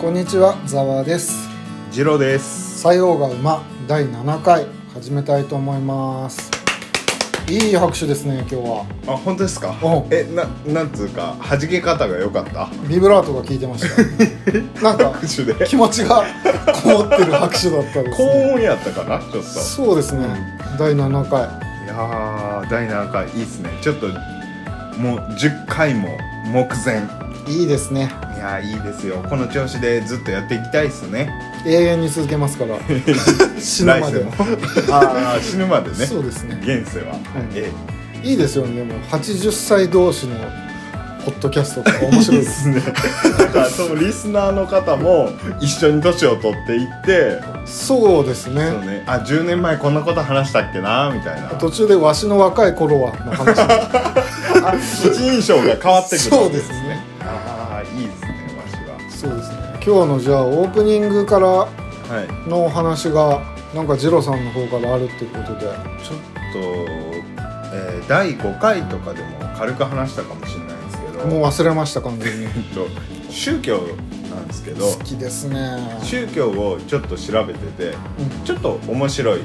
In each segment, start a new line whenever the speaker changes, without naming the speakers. こんにちはざわです
ジロです。
西洋が馬第7回始めたいと思いますいい拍手ですね今日は
あ、本当ですか
お。
え、な、なんつうか、弾け方が良かった。
ビブラートが効いてました なんか
拍手で。
気持ちがこもってる拍手だったです
高
ね
音やったかな、ちょっと。
そうですね第7回
いやー、第7回、いいっすね。ちょっと。もう10回も目前。
いいですね
いやー、いいですよ。この調子でずっとやっていきたいっすね。
永遠に続けますから 死ぬ
来
ま
世
で
も。 あー、死ぬまでね。
そうですね
現世は。
ん
え
いいですよねでも80歳同士のポッドキャストとか面
え
白い
いい
で
っ
す
すね。だから、そのリスナーの方も一緒に年を取っていって。
そうです
そう
ね
ね、あ10年前こんなこと話したっけなみたいな
途中でわしの若い頃はの話
あ一人称が変わってくる
そうですね
ああいいですねわし
そうですね今日のじゃあオープニングから
ははい
のお話がなんかジロさんの方からあるっていうことで
ちょっと、えー第5回とかでも軽く話したかもしれないんですけど
もう忘れました完全に
えっと宗教なんですけど
好きですね
宗教をちょっと調べててちょっと面白い、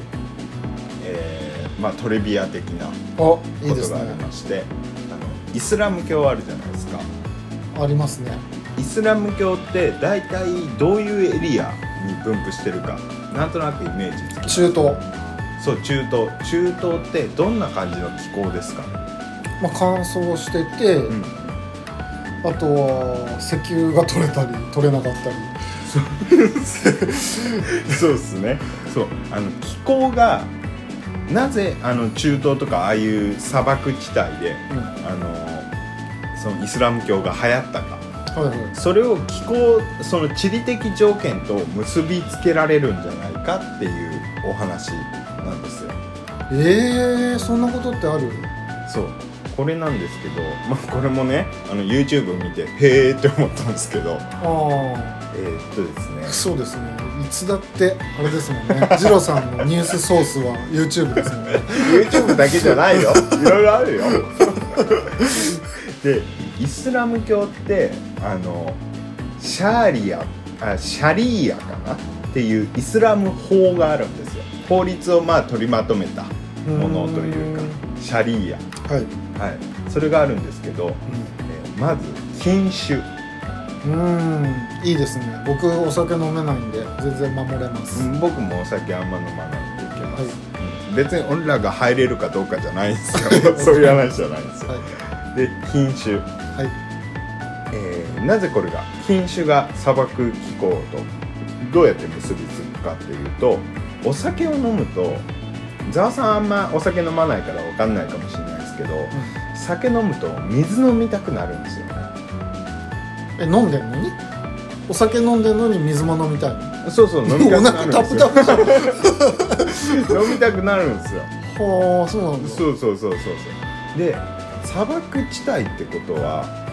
えーまあ、トリビア的な
あいい
こ
で
と
す
があり
ね
ましてあのイスラム教あるじゃないですか
ありますね
イスラム教って大体どういうエリアに分布してるかなんとなくイメージつきます
中東、
そう中東中東ってどんな感じの気候ですか、
まあ、乾燥してて、
うん、
あとは石油が取れたり取れなかったり
そうですねそうあの気候がなぜあの中東とかああいう砂漠地帯で
うん
あのそのイスラム教が流行ったか
はいはい
それを気候その地理的条件と結びつけられるんじゃないかっていうお話なんですよ
えー、そんなことってある
そうこれなんですけど、まあ、これもねあの YouTube 見てへえって思ったんですけど
あ
えー、っとですね
あそうですねいつだってあれですもんねジロさんのニュースソースは YouTube ですもんね
YouTube だけじゃないよいろいろあるよでイスラム教ってあのシャーリアあシャリーアかなっていうイスラム法があるんですよ法律をまあ取りまとめたものというかシャリー
はい、う
ア、はい、それがあるんですけど、えーまず禁酒
ん、うんいいですね僕お酒飲めないんで全然守れます、
うん僕もお酒あんま飲まないといけます、
はい
うん別に俺らが入れるかどうかじゃないんですよ そういう話じゃないんですよ、
はい
で禁酒、
はい
えーなぜこれが禁酒が砂漠気候とどうやって結びつくかっていうとお酒を飲むとざわさんあんまお酒飲まないからわかんないかもしれないですけど、酒飲むと水飲みたくなるんですよね
え飲んでんのにお酒飲んでんのに水も飲みたい
そう そう飲みた
お
くなる
腹
ん
タ
で
プ
す
タ
よ
プじゃん
飲みたくなるんですよ
はあそうなんだ
そうそうそうそうそうで砂漠地帯ってことは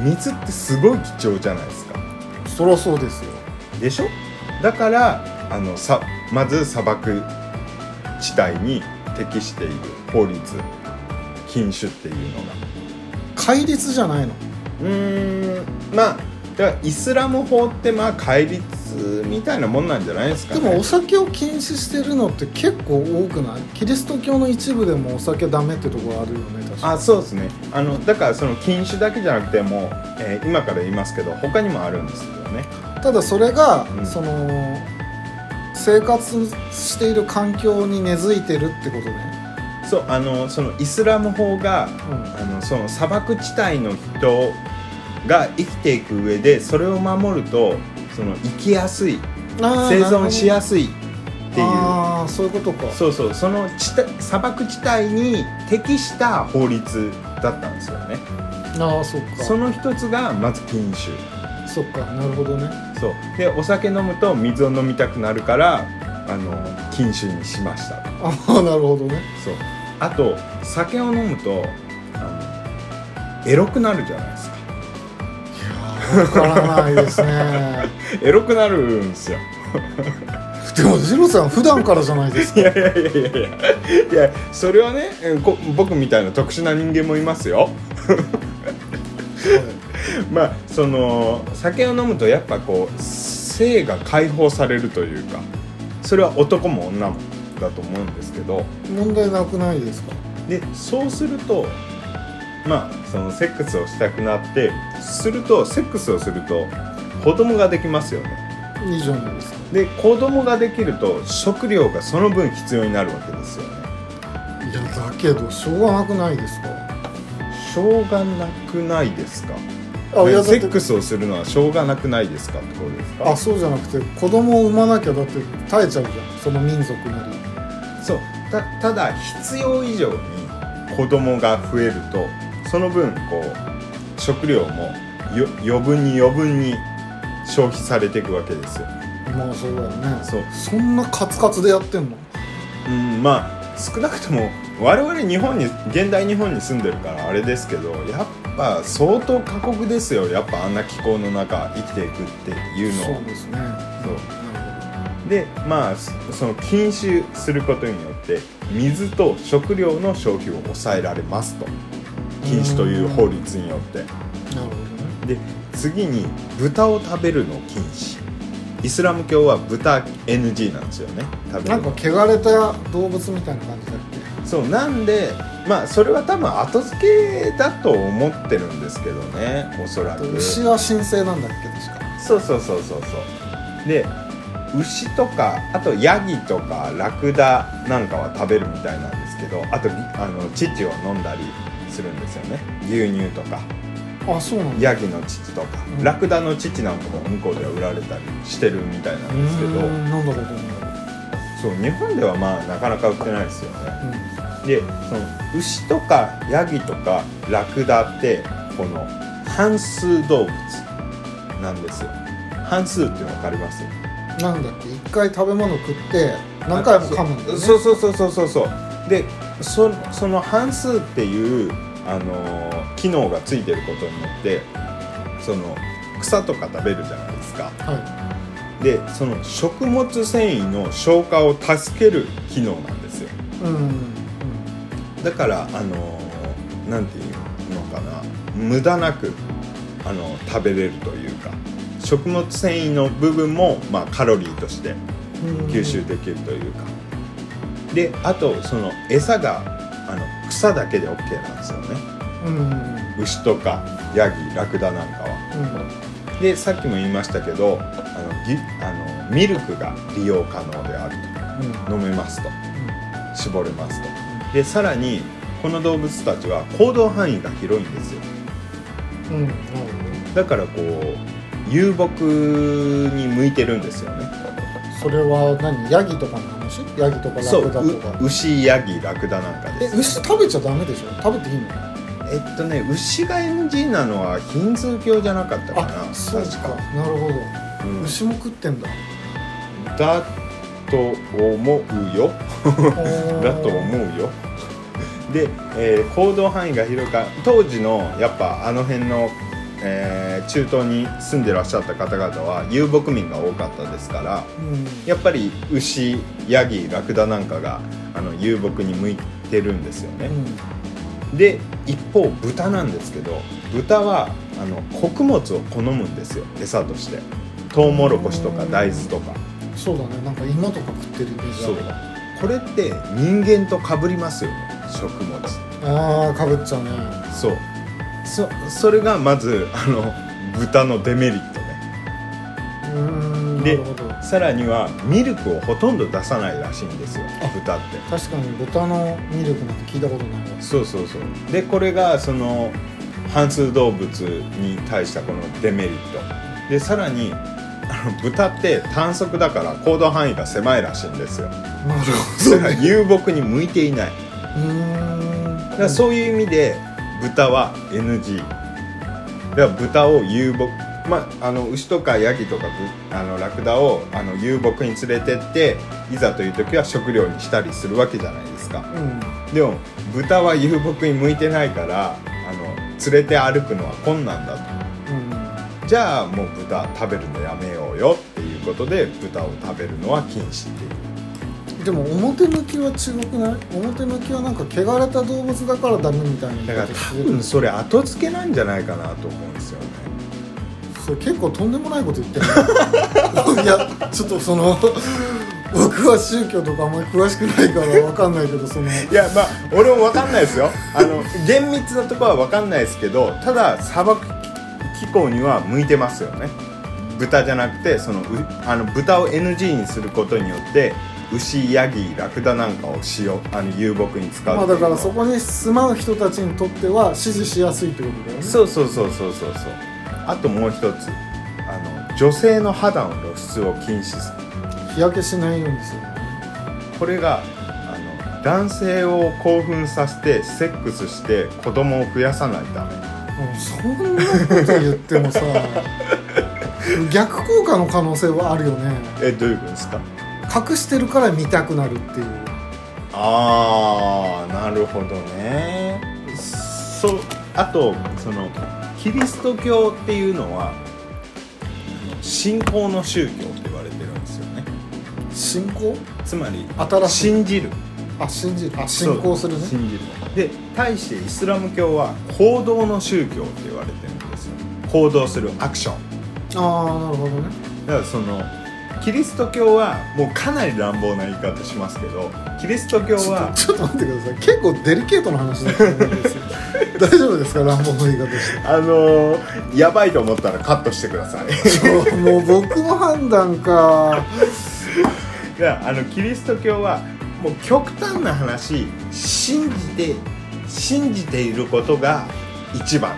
水ってすごい貴重じゃないですか
そりゃそうですよ
でしょだからあのさまず砂漠地帯に適している法律禁酒っていうのが
戒律じゃないの
うーんまあだからイスラム法ってまあ戒律みたいなもんなんじゃないですか、
で
ね、
もお酒を禁止してるのって結構多くないキリスト教の一部でもお酒ダメってとこあるよね確か
あそうですねあのだからその禁酒だけじゃなくてもう、えー今から言いますけど他にもあるんですけどね
ただそれが、
うん
その生活している環境に根付いてるってことね、
そうあのそのイスラム法があのその砂漠地帯の人が生きていく上でそれを守るとその生きやすい生存しや
す
すいっ
い
ていう
ああそういうことか
そうそうその地帯砂漠地帯に適した法律だったんですよね
ああそっか
その一つがまず禁酒
そっかなるほどね
そうでお酒飲むと水を飲みたくなるからあの禁酒にしました
あ あなるほどね
そうあと酒を飲むとあのエロくなるじゃないですか
わからないですね
エロくなるんですよ
でもジローさん普段からじゃないです
い
か
やいやいやいやいやいやそれはねえーこ僕みたいな特殊な人間もいますよまあその酒を飲むとやっぱこう性が解放されるというかそれは男も女もだと思うんですけど
問題なくないですか
でそうするとまあそのセックスをしたくなってするとセックスをすると子供ができますよね
いいじゃないですか
で子供ができると食料がその分必要になるわけですよね
いやだけどしょうがなくないですか
しょうがなくないですか
いや
ね
だっ
セ
て
ックスをするのはしょうがなくないですかってことですか
あそうじゃなくて子供を産まなきゃだって耐えちゃうじゃんその民族なり
そうたただ必要以上に子供が増えるとその分こう食料もよ余分に余分に消費されていくわけですよ、
まあそうだよね
そう
そんなカツカツでやってんの
うん、まあ少なくとも我々日本に現代日本に住んでるからあれですけどやっぱ相当過酷ですよやっぱあんな気候の中生きていくっていうのは
そうですねな
そう
る
でまあそその禁酒することによって水と食料の消費を抑えられますと禁酒という法律によって
ほどなるほどね
で次に豚を食べるの禁止イスラム教は豚 NG なんですよね食べ
な
る
んか
の
汚れた動物みたいな感じだっけ
そうなんでまあそれは多分後付けだと思ってるんですけどねおそらく
牛は神聖なんだっけ確か
そうそうそうそうそうで牛とかあとヤギとかラクダなんかは食べるみたいなんですけどあとあの乳を飲んだりするんですよね牛乳とか
あそうなんだ
ヤギの乳とか、
うん
ラクダの乳なんかも向こうでは売られたりしてるみたいな
うん
ですけど
ーん飲んだことない
そう日本ではまあなかなか売ってないですよね
うん
でその牛とかヤギとかラクダってこの半数動物なんですよ半数って分かります
なんだっけ一回食べ物食って何回も噛むんだよね
そうそうそうそうそうそうでそその半数っていう、あのー機能がついてることによってその草とか食べるじゃないですか
は
でその食物繊維の消化を助ける機能なんですよ
いうんうん
だからあのーなんていうのかな無駄なくあの食べれるというか食物繊維の部分も、まあ、カロリーとして
うん
吸収できるというか、であとその餌があの草だけで OK なんですよね
うんうん
牛とかヤギラクダなんかはでさっきも言いましたけどあのぎあのミルクが利用可能である
うん
と飲めますと絞れますとでさらにこの動物たちは行動範囲が広いんですよ
うんうんなるほどね
だからこう遊牧に向いてるんですよね
それは何ヤギとかの話ヤギとかラ
そう
クダとか
う牛ヤギラクダなんか
え
です
牛食べちゃダメでしょ食べていいの
えっとね牛が NG なのはヒンズー教じゃなかったかな
あそう
確
か
か、
なるほど
うん
牛も食ってんだ
だと思うよ だ
だ
と思うよで、えー行動範囲が広いから当時のやっぱあの辺の、えー中東に住んでらっしゃった方々は遊牧民が多かったですから
うん
やっぱり牛ヤギラクダなんかがあの遊牧に向いてるんですよね、
うん
で一方豚なんですけど豚はあの穀物を好むんですよ餌としてトウモロコシとか大豆とか
そうだねなんか芋とか食ってるイメージあ
そう
るわ
これって人間と被りますよね食物
あーかぶっちゃうね
そうそそれがまずあの豚のデメリットね
うーんな
で
るほど
さらにはミルクをほとんど出さないらしいんですよ豚って
確かに豚のミルクなんて聞いたことないわ
そうそうそうでこれがその半数動物に対したこのデメリットでさらにあの豚って単足だから行動範囲が狭いらしいんですよ
なる
だから遊牧に向いていない
ほどうーん
だからそういう意味で豚は NG だから豚を遊牧まあ、あの牛とかヤギとかぶあのラクダをあの遊牧に連れてっていざという時は食料にしたりするわけじゃないですか
うん
でも豚は遊牧に向いてないからあの連れて歩くのは困難だと
うん
じゃあもう豚食べるのやめようよっていうことで豚を食べるのは禁止っていう
でも表向きは違くない表向きはなんか汚れた動物だからダメみたいな
だから
こと
多
してる
分それ後付けなんじゃないかなと思うんですよね
それ結構とんでもないこと言ってる いやちょっとその僕は宗教とかあんまり詳しくないからわかんないけどその
いやまあ俺も分かんないですよあの厳密なところは分かんないですけどただ砂漠気候には向いてますよね豚じゃなくてそのうあの豚を NG にすることによって牛ヤギラクダなんかを使用あの遊牧に使う
ま
っ
あだ
ていうの
か
は
らそこに住まう人たちにとっては支持しやすいってことだよね
そうそうそうそうそうそうあともう一つあの女性の肌の露出を禁止する
日焼けしないようにする
これがあの男性を興奮させてセックスして子供を増やさないため
もうそんなこと言ってもさ逆効果の可能性はあるよね
えどういうことですか
隠してるから見たくなるっていう
ああなるほどねそうあとそのキリスト教っていうのはあの信仰の宗教って言われてるんですよね
信仰
つまり
新しい
信じる
あ信じるあ信仰するね
そう信じるで対してイスラム教は行動の宗教って言われてるんですよ行動するアクション
ああなるほどね
だからそのキリスト教はもうかなり乱暴な言い方しますけどキリスト教
ちょ
は
っとちょっと待ってください結構デリケートな話だと思うんですよ大丈夫ですか乱暴の言い方 して
あのーやばいと思ったらカットしてくだ さい
そうもう僕の判断か
いやあのキリスト教はもう極端な話信じて信じていることが一番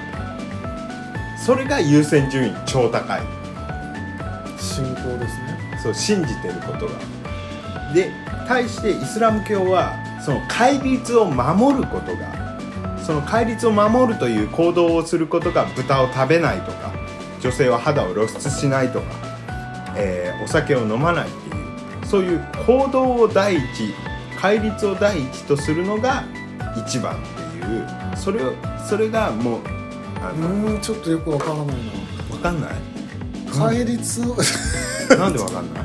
それが優先順位超高い
信仰ですね
そう信じてることがで対してイスラム教はその戒律を守ることがその戒律を守るという行動をすることが豚を食べないとか女性は肌を露出しないとか、えーお酒を飲まないっていうそういう行動を第一戒律を第一とするのが一番っていうそれをそれがもうあ
う
の
ーんちょっとよくわからない
分かんない
な戒律を
なんで分かんない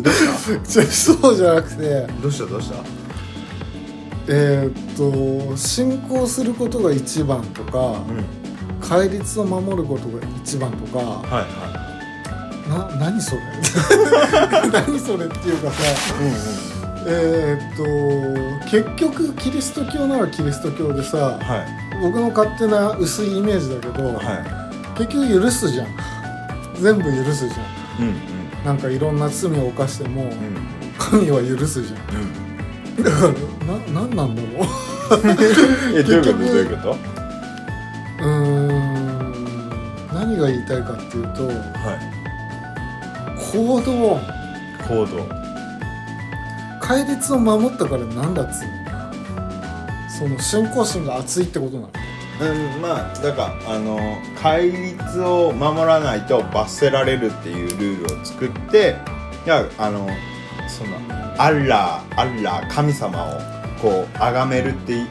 どうし
じゃそうじゃなくて
たどうしたどうした
えーっと信仰することが一番とか
うん
戒律を守ることが一番とか
はいは
な何それ 何それっていうかさ
い、うんうん、
えーっと結局キリスト教ならキリスト教でさ
はい
僕の勝手な薄いイメージだけど、
は
結局許すじゃん全部許すじゃ
いうん
んなんかいろんな罪を犯しても
うんうん
神は許すじゃ
うん
んだからな何なんだろう
えどういうこ
結
と
局
どういうこと
うーん何が言いたいかっていうと
はい
行動
行動
戒律を守ったからなんだっつうのその信仰心が熱いってことなの
うんまあだからあの戒律を守らないと罰せられるっていうルールを作っていやあのそのアッラーアッラー神様をこう崇めるってい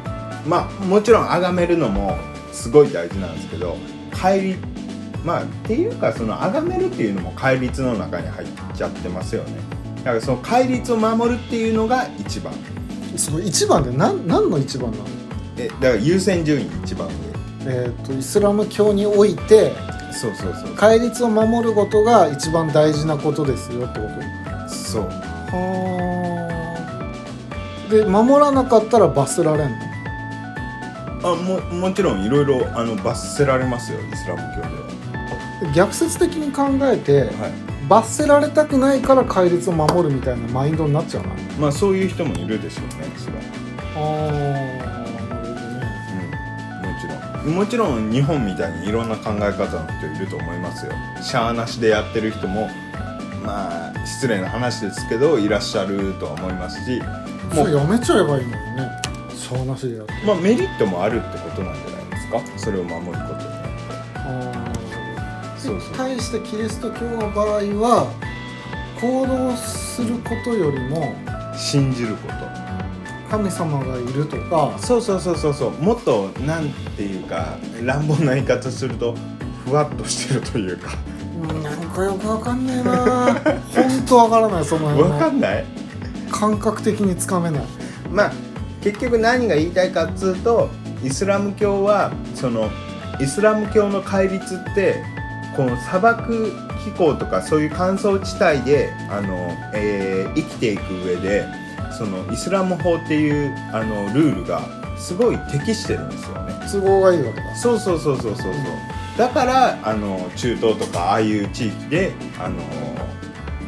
まあもちろん崇めるのもすごい大事なんですけど戒律まあっていうかその崇めるっていうのも戒律の中に入っちゃってますよねだからその戒律を守るっていうのが一番
その一番で何何の一番なの
えだから優先順位一番上
えーっとイスラム教において
そうそうそう
戒律を守ることが一番大事なことですよってこと
そう
はあで守らなかったら罰せられんの
あももちろんいろいろあの罰せられますよイスラム教で
逆説的に考えて
は、はい
罰せられたくないから戒律を守るみたいなマインドになっちゃうな
まあ、そういう人もいるでしょうねそれは、
あーなるほどね
うん、もちろんもちろん日本みたいにいろんな考え方の人いると思いますよシャアなしでやってる人もまあ失礼な話ですけどいらっしゃるとは思いますしも
も
う
うやめちゃえばいいのにねそうなしでやって
まあ、メリットもあるってことなんじゃないですかそれを守ることによ
あー
ってそうそう
対してキリスト教の場合は行動することよりも
信じること
神様がいるとか
そうそうそうそうそうもっとなんていうか乱暴な言い方するとふわっとしてるというか
うんなんかよくわかんねえなほんとわからないその辺
わか
の
んない
感覚的につかめない
まあ結局何が言いたいかっつうとイスラム教はそのイスラム教の戒律ってこの砂漠気候とかそういう乾燥地帯であの、えー生きていく上でそのイスラム法っていうあのルールがすごい適してるんですよね。
都合がいいわけだ
そうそうそうそうそうそうだからあの中東とかああいう地域であの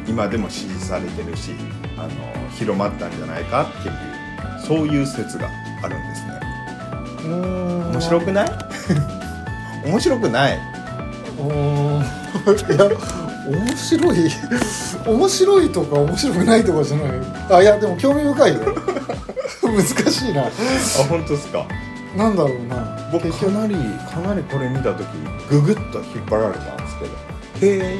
今でも支持されてるしあの広まったんじゃないかっていうそういう説があるんですね
面
面白くない面白くない
おー いや面白い 面白いとか面白くないとかじゃないあいやでも興味深いよ 難しいな
あ本当ですか
なんだろうな
僕
結
か
局
なりかなりこれ見た時ググッと引っ張られたんですけどへ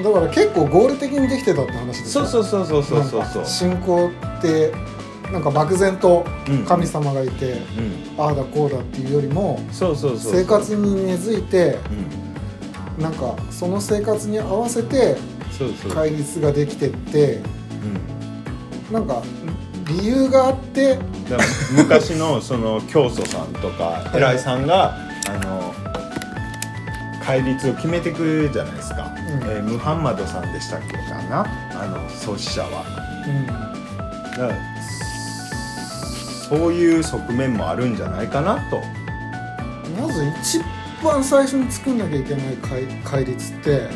え
だから結構合理的にできてたって話です
そうそううそうそうそうそうそう
信仰ってなんか漠然と
うん
神様がいて、
うん
ああだこうだっていうよりも
そうそうそうそう
生活に根付いて
うん
なんかその生活に合わせて
そうそう
戒律ができてって
うん
なんか理由があって
だから昔のその教祖さんとか
い
偉いさんがあの戒律を決めてくるじゃないですか、えームハンマドさんでしたっけかなあの創始者は
う
だからそういう側面もあるんじゃないかなと
んまず一番最初に作んなきゃいけない戒戒律って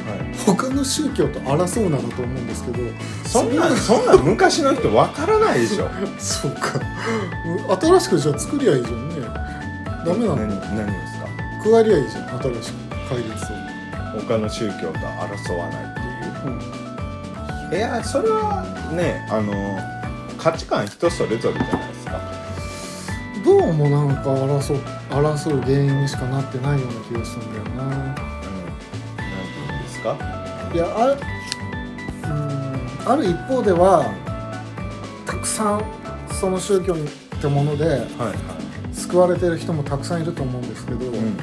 他の宗教と争うなだと思うんですけど
そんなそんな昔の人わからないでし ょ
そうかう新しくじゃあ作りゃいいじゃんねダメな
何
の
何ですか
加えりゃいいじゃん新しく戒律を、
他の宗教と争わないっていういやそれはねあの価値観人それぞれじゃないですか
どうもなんか争う争う原因にしかなってないような気がするんだよな
あのなんて言うんですか
いやあるうんある一方ではたくさんその宗教ってもので
はいはい
救われてる人もたくさんいると思うんですけど、
うんうん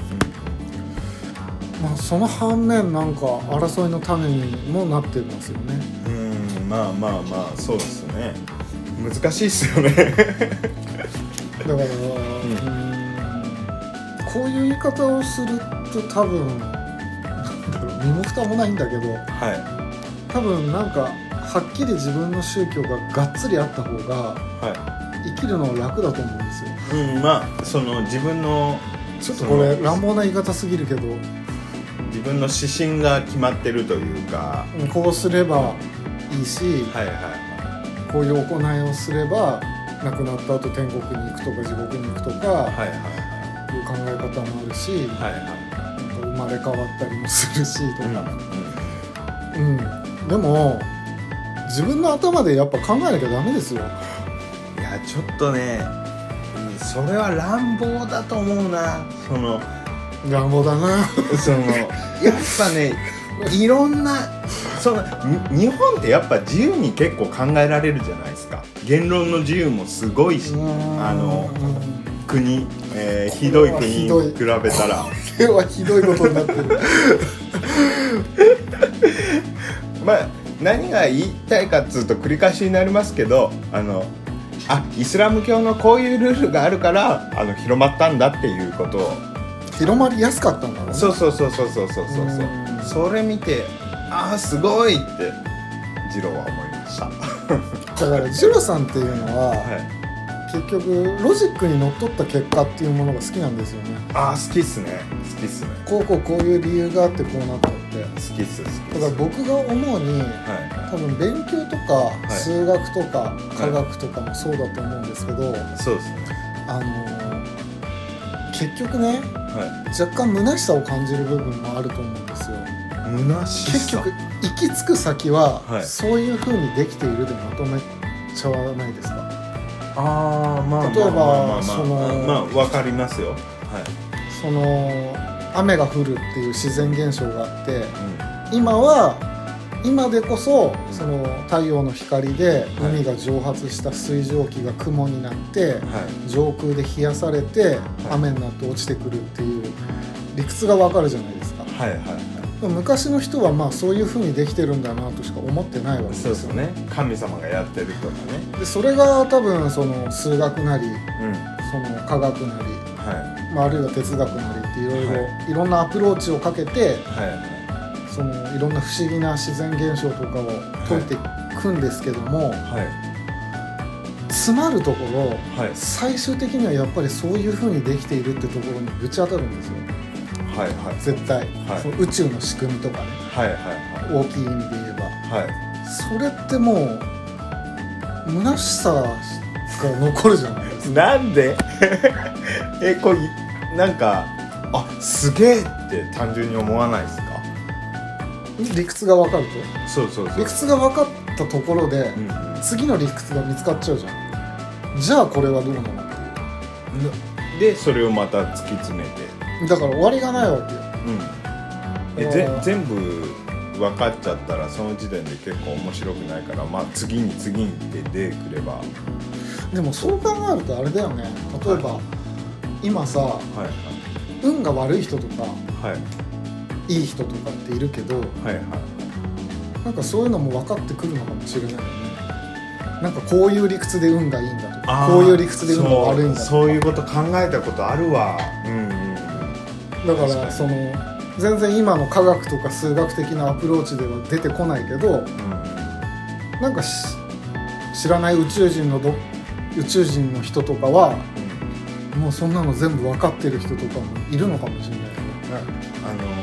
まあ、その反面なんか争いの種にもなってますよね
うんまあまあまあそうですね難しいっすよね
だから、うーんこういう言い方をすると多分なんだろう身も蓋もないんだけど
はい
多分なんかはっきり自分の宗教ががっつりあった方が
は
生きるの楽だと思うんですよ
いうんまあその自分の
ちょっと
そ
こ
の
れ乱暴な言い方すぎるけど
自分の指針が決まってるというか
こうすればいいし、
はいはいは
こういう行いをすれば亡くなった後天国に行くとか地獄に行くとか、
いはい
いう考え方もあるし、
はいはいは
生まれ変わったりもするしと
い
か、
は
うんでも自分の頭でやっぱ考えなきゃダメですよ
いいやちょっとねうんそれは乱暴だと思うなその
乱暴だな
そのやっぱねいろんなそのに日本ってやっぱ自由に結構考えられるじゃないですか言論の自由もすごいしあの
うん
国、えーひどい国
ひどい
に比べたら
これはひどいことになってる
まあ何が言いたいかっつうと繰り返しになりますけどあのあイスラム教のこういうルールがあるからあの広まったんだっていうことを
広まりやすかったんだろうね
そうそうそうそうそうそうそう
うん
それ見てああすごいって次郎は思いました。
だからジロさんっていうのは、
はい
結局ロジックにのっとった結果っていうものが好きなんですよね
あー好きっすね好きっすね
こうこうこういう理由があってこうなったって
好きっす好きっす
だから僕が思うに
はい
多
は
分勉強とか
い
数学とか科学とかもそうだと思うんですけど、
いそうですね
あのー結局ね
は
若干虚しさを感じる部分もあると思うんですよ
い虚し
結
さ
局行き着く先は、
はい
そういう風にできているでまとめちゃわないですか
ああまあ
例えば
まあまあまあ
その
まあわかりますよはい、
その雨が降るっていう自然現象があって
うん、
今は今でこそその太陽の光で海が蒸発した水蒸気が雲になって、
はい
上空で冷やされて雨になって落ちてくるっていう理屈がわかるじゃないですか
はいはいはい
昔の人はまあそういうふうにできてるんだなとしか思ってないわけです
そう
よ
ですよね神様がやってるとかね
でそれが多分その数学なり
うん
その科学なり、
は
まあ、あるいは哲学なりっていろいろ、、
はい
ろんなアプローチをかけて
いは
そのいろんな不思議な自然現象とかを解いていくんですけども、
いはい
詰まるところ
はい
最終的にはやっぱりそういうふうにできているってところにぶち当たるんですよ
はいはい
絶対、
はい
その宇宙の仕組みとかね
はいはい
大きい意味で言えば
はいはい
それってもう虚しさが残るじゃないですか
なんで えこれなんかあすげえって単純に思わないですか
理屈が分かると
そうそう
理屈が分かったところで
うん、な
次の理屈が見つかっちゃうじゃんじゃあこれはどうなのって
でそれをまた突き詰めて
いうだから終わりがないわけよ
うんえ
あー
ぜ全部分かっちゃったらその時点で結構面白くないからまあ次に次にって出てくればは
でもそう考えるとあれだよね例えば、今さ
いはい
運が悪い人とか
はい
いい人とかっているけど
はいはい
なんかそういうのも分かってくるのかもしれないよねなんかこういう理屈で運がいいんだとか
あー
こういう理屈で運が悪いんだとか
そうそういうこと考えたことあるわうんうん
だか
確からに
その全然今の科学とか数学的なアプローチでは出てこないけどなんかし知らない宇宙人のど宇宙人の人とかはもうそんなの全部分かってる人とかもいるのかもしれないよね
あの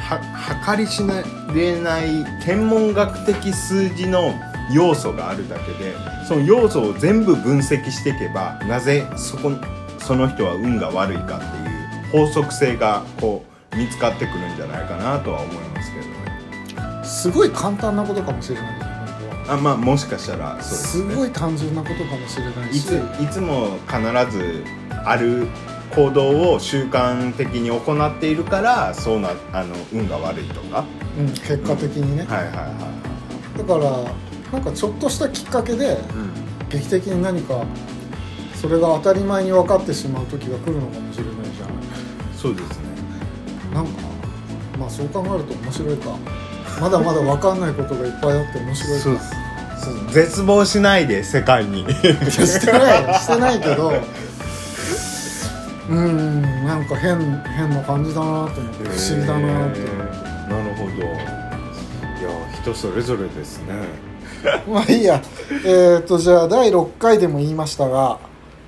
は計り知れない天文学的数字の要素があるだけでその要素を全部分析していけばなぜそこその人は運が悪いかっていう法則性がこう見つかってくるんじゃないかなとは思いますけどね
すごい簡単なことかもしれないよ本当は
あまあもしかしたらそうですすね
ごい単純なことかもしれない
い
し
ついつも必ずある行動を習慣的に行っているからそうなあの運が悪いとか
うん、結果的にね、
はいはいはい
だからなんかちょっとしたきっかけで
は
劇的に何かそれが当たり前に分かってしまう時が来るのかもしれないじゃない
いそうですね
なんかまあそう考えると面白いかまだまだ分かんないことがいっぱいあって面白いか
ですそう絶望しないで世界 に
いやしてないしてないけどうーんなんか変変な感じだなと思って不思議だなって、
なるほどいや人それぞれですね
まあいいやえっ、ー、とじゃあ第6回でも言いましたが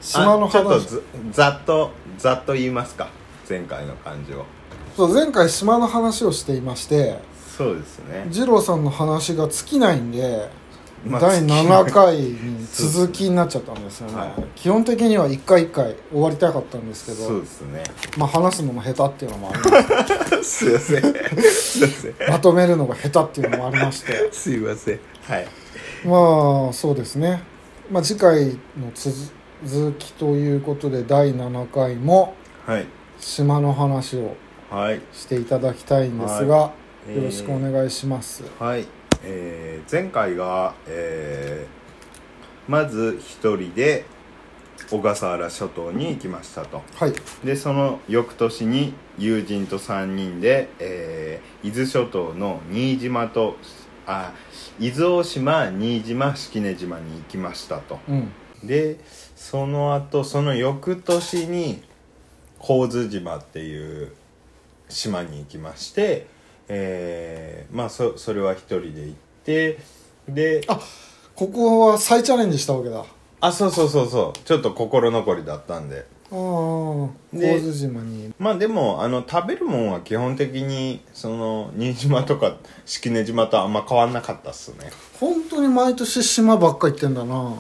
島の
あちょっと
話
ざざっとざっと言いますか前回の感じを
そう前回島の話をしていまして
そうですね、
二郎さんの話が尽きないんで
まあ
第7回に続きになっちゃったんですよね、
はい
基本的には1回1回終わりたかったんですけ
そう
ど、
ですね
まあ、話すのも下手っていうのもあります
すいません。すいません。
まとめるのが下手っていうのもありま して
すいません。はい。
まあそうですね、まあ、次回の続きということで第7回も
はい。
島の話を
はい。
していただきたいんですが、よろしくお願いします、
はい。えー、前回が、えー、まず一人で小笠原諸島に行きましたと。
はい
で、その翌年に友人と3人で、えー、伊豆諸島の新島と、あ、伊豆大島、新島、式根島に行きましたと。
うん
でその後その翌年に神津島っていう島に行きましてえーまあそそれは一人で行ってであ
ここは再チャレンジしたわけだあ
あそうそうそうそうちょっと心残りだったんで
あ神
で
津島に
まあでもあの食べるもんは基本的にその新島とか式根島とあんま変わんなかったっすね
本当に毎年島ばっか行ってんだな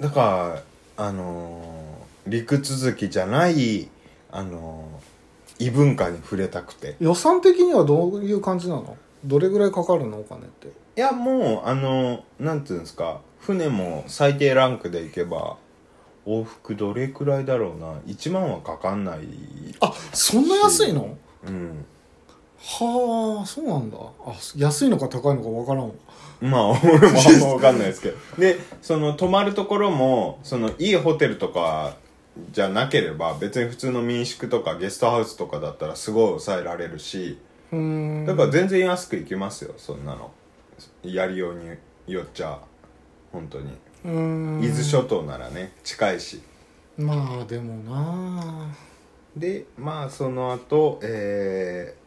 だからあのー陸続きじゃないあのー異文化に触れたくて
予算的にはどういう感じなのどれぐらいかかるのお金って
いやもうあのなんていうんですか船も最低ランクで行けば往復どれくらいだろうな1万はかかんない
あそんな安いの
うん
はあそうなんだあ安いのか高いのかわからんわ
まあ俺もあんま分かんないですけどでその泊まるところもそのいいホテルとかじゃなければ別に普通の民宿とかゲストハウスとかだったらすごい抑えられるし
うーん
だから全然安く行きますよそんなのやりようによっちゃ本当に
うーん
伊豆諸島ならね近いし
まあでもなあ
でまあその後、えー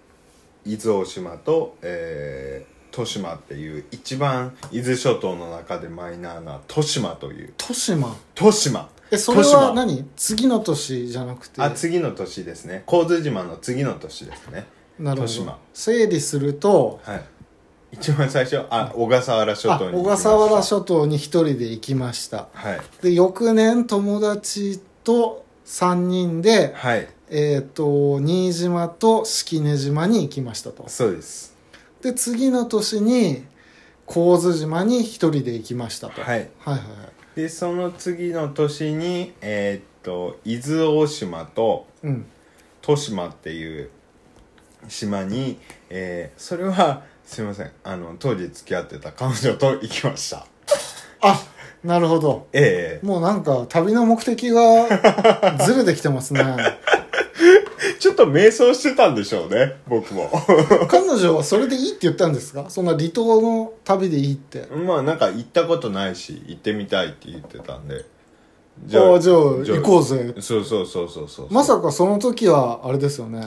伊豆大島と、えー豊島っていう一番伊豆諸島の中でマイナーな豊島という
豊島
豊島
えそれ
豊島
は何次の年じゃなくて
あ次の年ですね神津島の次の年ですね
なるほ
豊島
ど整理すると
はい一番最初あ小笠原諸
あ
島に行
小
きました
笠原諸島に一人で行きました
はい
で翌年友達と3人で、
はい
えー、と新島と式根島に行きましたと
そうです
で次の年に神津島に一人で行きましたと、、
はいい
はいはい
でその次の年にえーっと伊豆大島と
うん
豊島っていう島に、えーそれはすいませんあの当時付き合ってた彼女と行きました
あなるほど
ええ
もうなんか旅の目的 がずれてきてますね
ちょっと迷走してたんでしょうね僕も
彼女はそれでいいって言ったんですかそんな離島の旅でいいって
まあなんか行ったことないし行ってみたいって言ってたんで
じゃあじゃあ行こうぜ
そうそうそうそうそう
まさかその時はあれですよね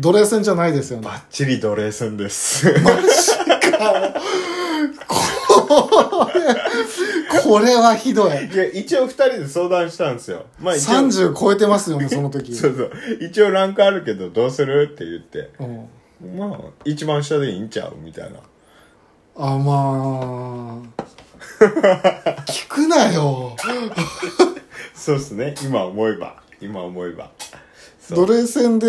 奴隷戦じゃないですよね
バッチリ奴隷戦です
これはひどい
いや一応二人で相談したんですよまあ一応
30超えてますよねその時
そうそう一応ランクあるけどどうするって言って
うん
まあ一番下でいいんちゃうみたいな
あまあ 聞くなよ
そうっすね今思えば今思えばそ
奴
う
隷戦で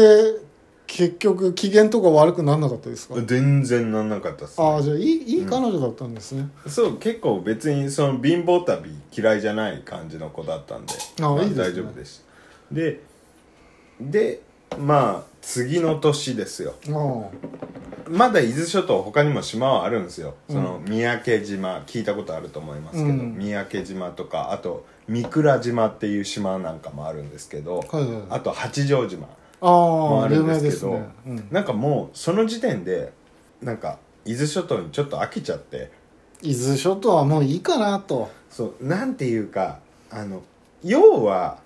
結局機嫌とか悪くなんなかったですか
全然なんなかったっす、
ああ
ね、
じゃあいいいい彼女だったんですね、
そう結構別にその貧乏旅嫌いじゃない感じの子だったんで
あ
ま
いいですね
大丈夫でしたででまあ次の年ですよ
あ
まだ伊豆諸島他にも島はあるんですよ、
うん
その三宅島聞いたことあると思いますけど、
うん
三宅島とかあと三倉島っていう島なんかもあるんですけど、
あはいはいはい
あと八丈島
あ
あ
あ
る
有
んで
名
すけど
ですね、うん、
なんかもうその時点でなんか伊豆諸島にちょっと飽きちゃって
伊豆諸島はもういいかなと
そうなんていうかあの要は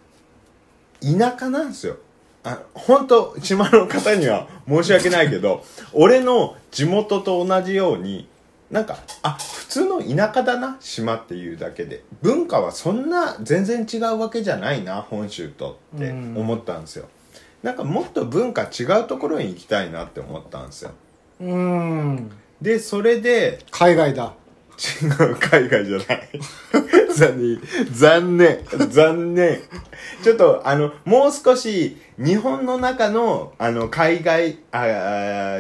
田舎なんですよあ本当島の方には申し訳ないけど俺の地元と同じようになんかあ普通の田舎だな島っていうだけで文化はそんな全然違うわけじゃないな本州とって思ったんですよなんかもっと文化違うところに行きたいなって思ったんですよ
うん
でそれで
海外だ
違う海外じゃない残念残念残念ちょっとあのもう少し日本の中のあの海外あ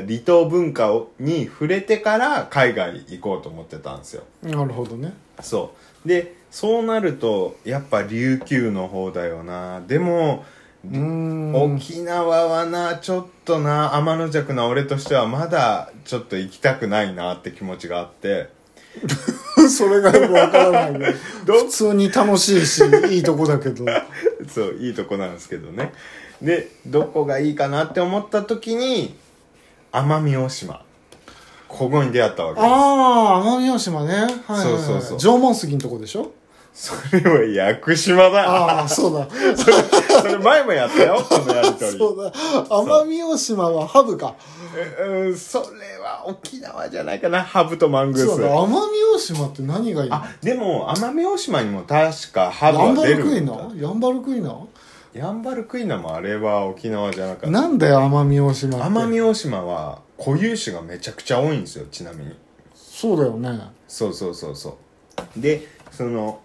ー離島文化をに触れてから海外行こうと思ってたんですよ
なるほどね
そうでそうなるとやっぱ琉球の方だよなでも
うーん
沖縄はなちょっとな天の弱な俺としてはまだちょっと行きたくないなって気持ちがあって
それがよくわからないね
どう
普通に楽しいしいいとこだ けど
そういいとこなんですけどねでどこがいいかなって思った時に奄美大島ここに出会ったわけで
ああ奄美大島ね、はいはいはい、
そうそうそう
縄文杉のとこでしょ
すそれは屋久島だ
ああそうだ
それそれ前もやったよこのやりと り
そうだ奄美大島はハブか
えうんそれは沖縄じゃないかなハブとマングー
そうだ
ス
奄美大島って何がいいの
あでも奄美大島にも確かハブ
ヤン
は
バ
出
ルク
る
イ
ん
ナ
だ
ヤンバルクイナ
ヤンバルクイナもあれは沖縄じゃなかった
なんだよ奄美大島って
奄美大島は固有種がめちゃくちゃ多いんですよちなみに
そうだよね
そうそうそうそうでその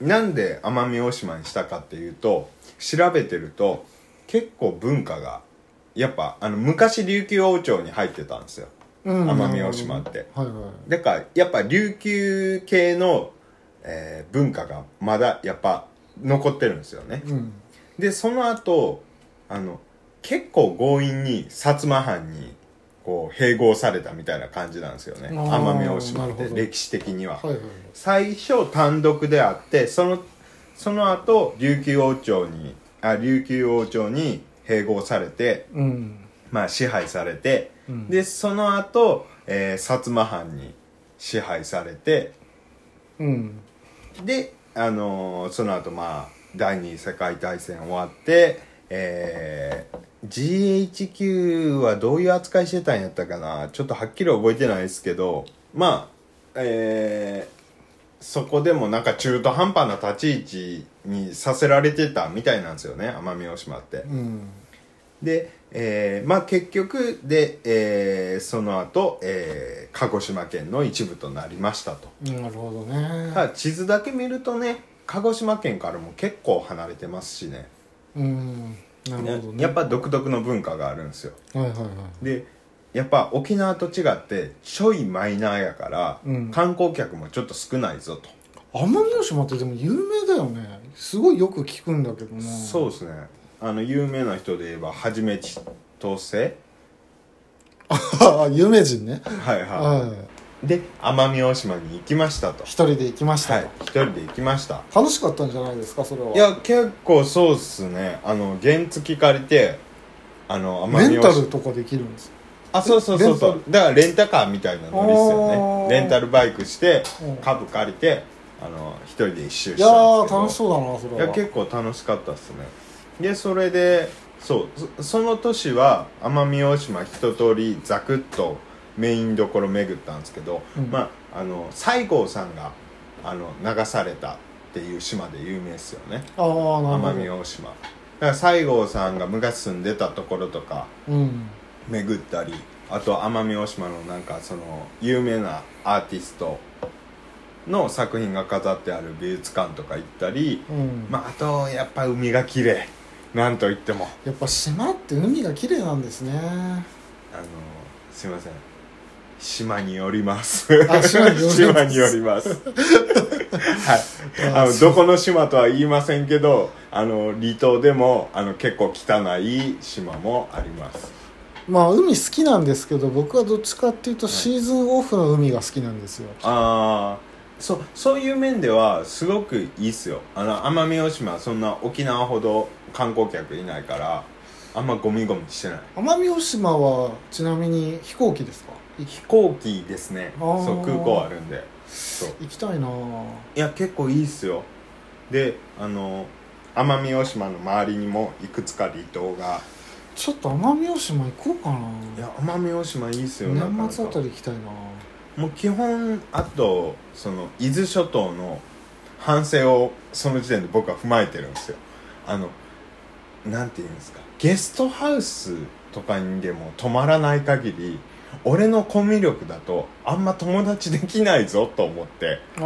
なんで奄美大島にしたかっていうと調べてると結構文化がやっぱあの昔琉球王朝に入ってたんですよ
うん
奄美大島って
はいはい
だからやっぱ琉球系の、えー文化がまだやっぱ残ってるんですよね
うん
でその後あの結構強引に薩摩藩にこう併合されたみたいな感じなんですよね
あー
奄美大島っ
なる
て
ほど
歴史的には
はいはい
最初単独であってそのその後琉球王朝にあ琉球王朝に併合されて、
うん
まあ、支配されて、
うん
でその後、えー薩摩藩に支配されて
うん
で、あのーその後まあ第二次世界大戦終わって、えー GHQ はどういう扱いしてたんやったかなちょっとはっきり覚えてないですけどまあえーそこでもなんか中途半端な立ち位置にさせられてたみたいなんですよね奄美大島って。
うん
で、えーまあ結局で、えーその後、えー鹿児島県の一部となりましたと。
なるほどね
ただ地図だけ見るとね鹿児島県からも結構離れてますしね
うんなるほどね
やっぱ独特の文化があるんですよ
はいはいはい
でやっぱ沖縄と違ってちょいマイナーやから、
うん
観光客もちょっと少ないぞと、
奄美大島ってでも有名だよねすごいよく聞くんだけどな
そうですねあの有名な人で言えばはじめちとせ
う 有名人ね
はいは
はい
で奄美大島に行きましたと
い一人で行きました
はい
と、
一人で行きました
楽しかったんじゃないですかそれはい
や結構そうっすねあの原付借りてあの奄
レ
美
ン
大
タ
島
ルとかできるんです
あそうそうそうそうだからレンタカーみたいなノリっす
あー
よねレンタルバイクして
うん
株借りてあの一人で一周
い
し
や
たんで
ー
すけど
楽しそうだなそれ
い
は
や結構楽しかったっすねでそれでそうそその年は奄美大島一通りザクッとメインどころ巡ったんですけど、
うん
まああの西郷さんがあの流されたっていう島で有名っすよね
ああなるほ
奄美
ど
大島だから西郷さんが昔住んでたところとか
うん
巡ったりあと奄美大島のなんかその有名なアーティストの作品が飾ってある美術館とか行ったり、
うん
まあ、あとやっぱ海が綺麗なんといっても
やっぱ島って海が綺麗なんですね
あのすいません島によります
あ島によります
島によ りますはいあ
あ
の
そう
どこの島とは言いませんけどあの離島でもあの結構汚い島もあります
まあ海好きなんですけど僕はどっちかっていうと
い
シーズンオフの海が好きなんですよ、
ああそうそういう面ではすごくいいっすよあの奄美大島はそんな沖縄ほど観光客いないからあんまゴミゴミしてない
奄美大島はちなみに飛行機ですか
飛行機ですね
あー
そう空港あるんでそう
行きたいなぁ
いや結構いいっすよであの奄美大島の周りにもいくつか離島が
ちょっと奄美大島行こうかない
や奄美大島いいっすよなかなか
年末あたり行きたいなぁ
もう基本あとその伊豆諸島の反省をその時点で僕は踏まえてるんですよあのなんて言うんですかゲストハウスとかにでも泊まらない限り俺のコミュ力だとあんま友達できないぞと思って
あー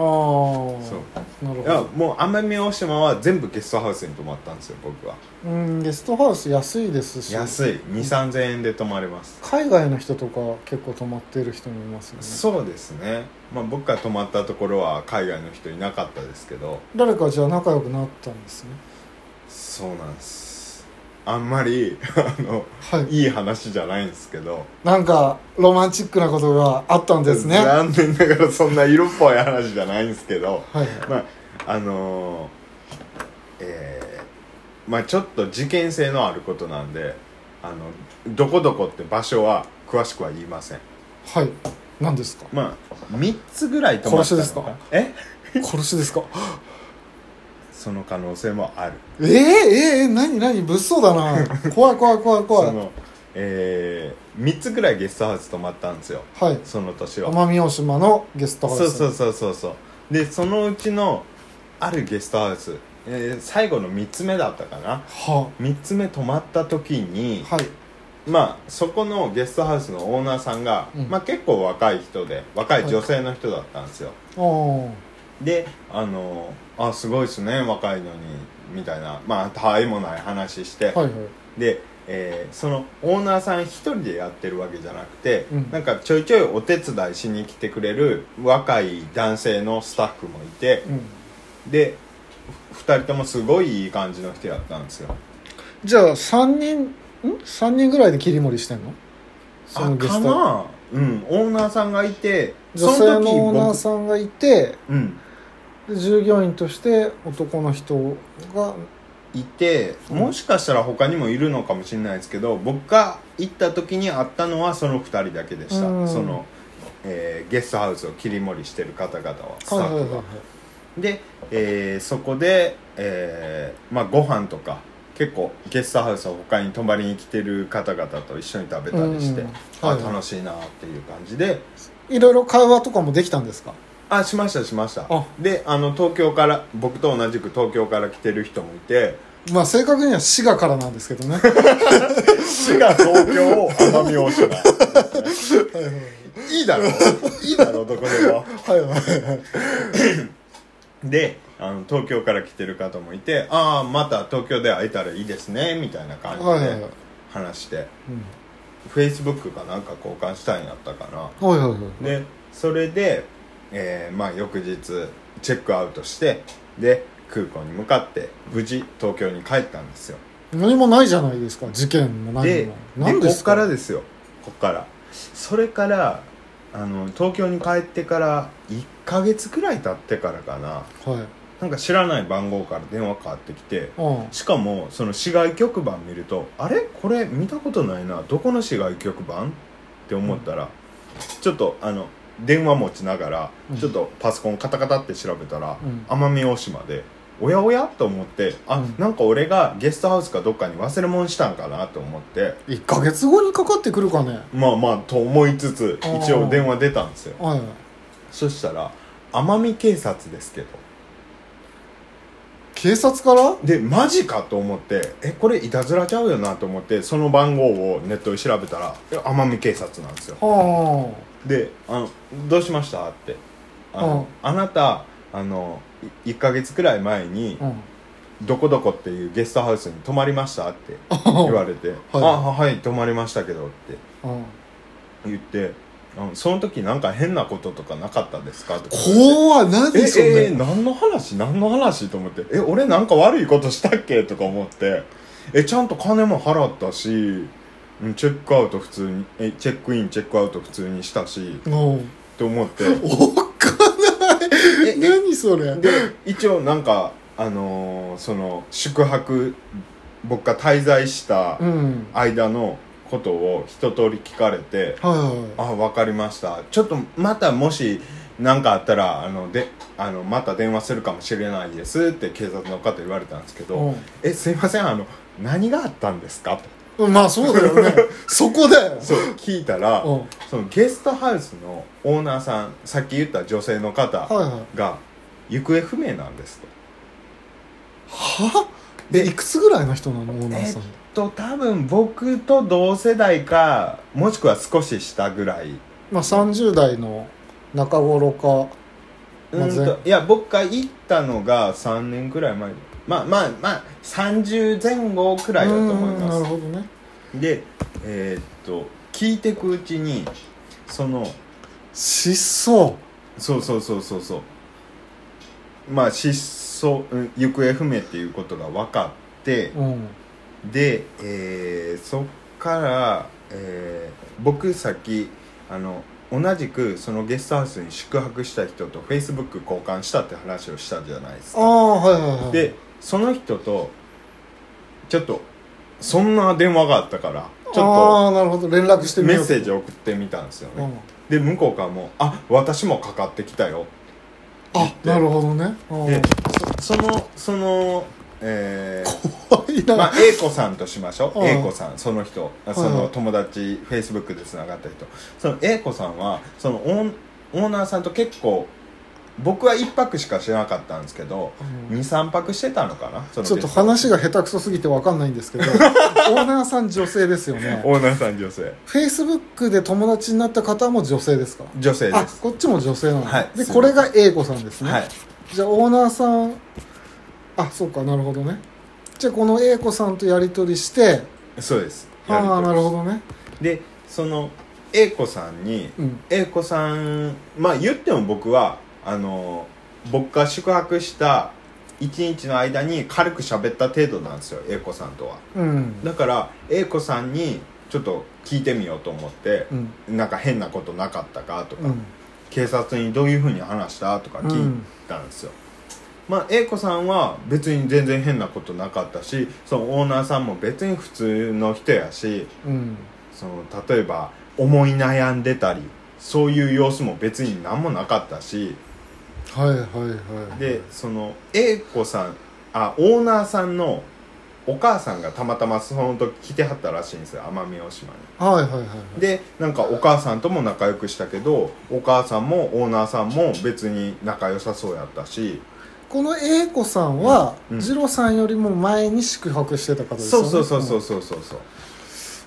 そう
なる
いや
ほ
もう奄美大島は全部ゲストハウスに泊まったんですよ僕は
どうんゲストハウス安いですし
安い2 3千円で泊まれます
海外の人とか結構泊まってる人もいますよね
そうですねまあ僕が泊まったところは海外の人いなかったですけど
誰かじゃあ仲良くなったんですね
そうなんですあんまりあの
はい
いい話じゃないんですけど
なんかロマンチックなことがあったんですねは
残念ながらそんな色っぽい話じゃないんですけど
い
まああのーえーまあちょっと事件性のあることなんであのどこどこって場所は詳しくは言いません
はい何ですか
まあ3つぐらい泊まった
殺
の
しですか
え
殺しですか
その可能性もある
えー、えー、えー、何何物騒だ な怖い怖い怖い怖
そ
い
のえー、3つぐらいゲストハウス泊まったんですよ
はい
その年は
奄美大島のゲストハウス
そうそうそうそうそうでそのうちのあるゲストハウス、えー最後の3つ目だったかな
は
3つ目泊まった時に、
あはい
まあそこのゲストハウスのオーナーさんが、
うん
まあ、結構若い人で若い女性の人だったんですよ、
おー
であのあすごいですね若いのにみたいなまあたわいもない話して、
はいはい
で、えーそのオーナーさん一人でやってるわけじゃなくて、
うん
なんかちょいちょいお手伝いしに来てくれる若い男性のスタッフもいて
う、ん
で2人ともすごいいい感じの人やったんですよ
じゃあ3人ん3人ぐらいで切り盛りしてんのそのゲスト
あかなうんオーナーさんがいて
女性のオーナー
僕
さんがいて
うん
で従業員として男の人が
いてもしかしたら他にもいるのかもしれないですけど僕が行った時に会ったのはその2人だけでした、
うん
その、えーゲストハウスを切り盛りしてる方々はスタ
はい
ッ
はい
フ
はい
が
はい
で、えーそこで、えーまあ、ご飯とか結構ゲストハウスを他に泊まりに来てる方々と一緒に食べたりして、
うん
あ
はいはい
楽しいなっていう感じで
いろいろ会話とかもできたんですか
あしましたしました
あ
であの東京から僕と同じく東京から来てる人もいて
まあ正確には滋賀からなんですけど ね
滋賀東京奄美大島いいだろいいだろどこでも
はいはいはい
であの東京から来てる方もいてああまた東京で会えたらいいですねみたいな感じ
はいはい
で
はい
話して、
うん
フェイスブックかなんか交換したんやったかな
はいはいはい
でそれで、えーまあ翌日チェックアウトしてで空港に向かって無事東京に帰ったんですよ
何もないじゃないですか事件も何
で
も
で
何
こ
で
っ
す
か
から
ですよこっからそれからあの東京に帰ってから1ヶ月くらい経ってからかな
はい
なんか知らない番号から電話かかってきて
うん
しかもその市外局番見るとあれこれ見たことないなどこの市外局番って思ったら、ちょっとあの電話持ちながら、
うん
ちょっとパソコンカタカタって調べたら
うん
奄美、大島でおやおやと思ってあ、
うん
なんか俺がゲストハウスかどっかに忘れ物したんかなと思って
1か月後にかかってくるかね
まあまあと思いつつ
あー
一応電話出たんですよ
はい
そしたら奄美警察ですけど
警察から
でマジかと思ってえこれいたずらちゃうよなと思ってその番号をネットで調べたらえ奄美警察なんですよ
は
であの「どうしました?」ってあの、あなたあの1ヶ月くらい前に
あうん
「どこどこっていうゲストハウスに泊まりました?」って言われて「あはい泊まりましたけど」って
うん
言って「あのその時なんか変なこととかなかったですか?」とか
怖い何
え
それ
ええ何の話何の話と思ってえ俺なんか悪いことしたっけとか思ってえちゃんと金も払ったしうんチェックアウト普通にえチェックインチェックアウト普通にしたし
うん
と思って
おっかない
え
何それ
で一応なんかあのーその宿泊僕が滞在した
うん
間のことを一通り聞かれて
はいはい
あわかりましたちょっとまたもし何かあったらあのであのまた電話するかもしれないですって警察の方言われたんですけど「えすいませんあの何があったんですか?」と
うんまあそうだ よねそこで
そう聞いたら
うん
そのゲストハウスのオーナーさんさっき言った女性の方
はいはい
が行方不明なんですと。
はでいくつぐらいの人なのオーナーさん
えっと多分僕と同世代かもしくは少し下ぐらい
まあ30代の中頃か
う
ま
ん
ず
といや僕が行ったのが3年くらい前でまあまあまあ30前後くらいだと思い
うんなる
ま
ほどね
すでえーっと聞いてくうちにその
失踪
そうそうそうそうそうまあ失踪うん行方不明っていうことが分かって
うん
で、えーそっから、えー僕さっきあの同じくそのゲストハウスに宿泊した人とフェイスブック交換したって話をしたじゃないです
あ
か
あはいはいはい
でその人とちょっとそんな電話があったからちょ
ああなるほど連絡し
っと
てみ
メ
よう
ッセージを送ってみたんですよ
う
ね
ん
で向こうからも「あ私もかかってきたよ」
あなるほどねうん
でそそのそのえー
怖い
ま
な
あ、A 子さんとしましょう
うん
A 子さんその人あそ
うん
の友達フェイスブックでつながった人その A 子さんはそのオンオーナーさんと結構僕は1泊しかしなかったんですけど
うん
23泊してたのかなその
ちょっと
ゲスト
話が下手くそすぎて分かんないんですけ どオーナーさん女性ですよね
オーナーさん女性
フェイスブックで友達になった方も女性ですか
女性
あ
です
こっちも女性なの、
はい
です
いません
これが A 子さんですね、
はい
じゃあオーナーさんあそうかなるほどねじゃあこの A 子さんとやり取りして
そうです
あ
やりと
あ
り
なるほどね
でその A 子さんに
うん
A 子さんまあ言っても僕はあの僕が宿泊した1日の間に軽く喋った程度なんですよ A 子さんとは
うん
だから A 子さんにちょっと聞いてみようと思って
う、ん
なんか変なことなかったかとか、
うん
警察にどういうふうに話したとか聞いたんですよ、まあ、A 子さんは別に全然変なことなかったしそのオーナーさんも別に普通の人やし
うん
その例えば思い悩んでたりそういう様子も別に何もなかったし
はいはいはい
でその A 子さんあオーナーさんのお母さんがたまたまその時来てはったらしいんですよ奄美大島に。
はいはいはいはい
でなんかお母さんとも仲良くしたけどお母さんもオーナーさんも別に仲良さそうやったし
この A 子さんは、
うんうん
二郎さんよりも前に宿泊してた方です
そ
よ
う
ね
そうそうそうそうそうそう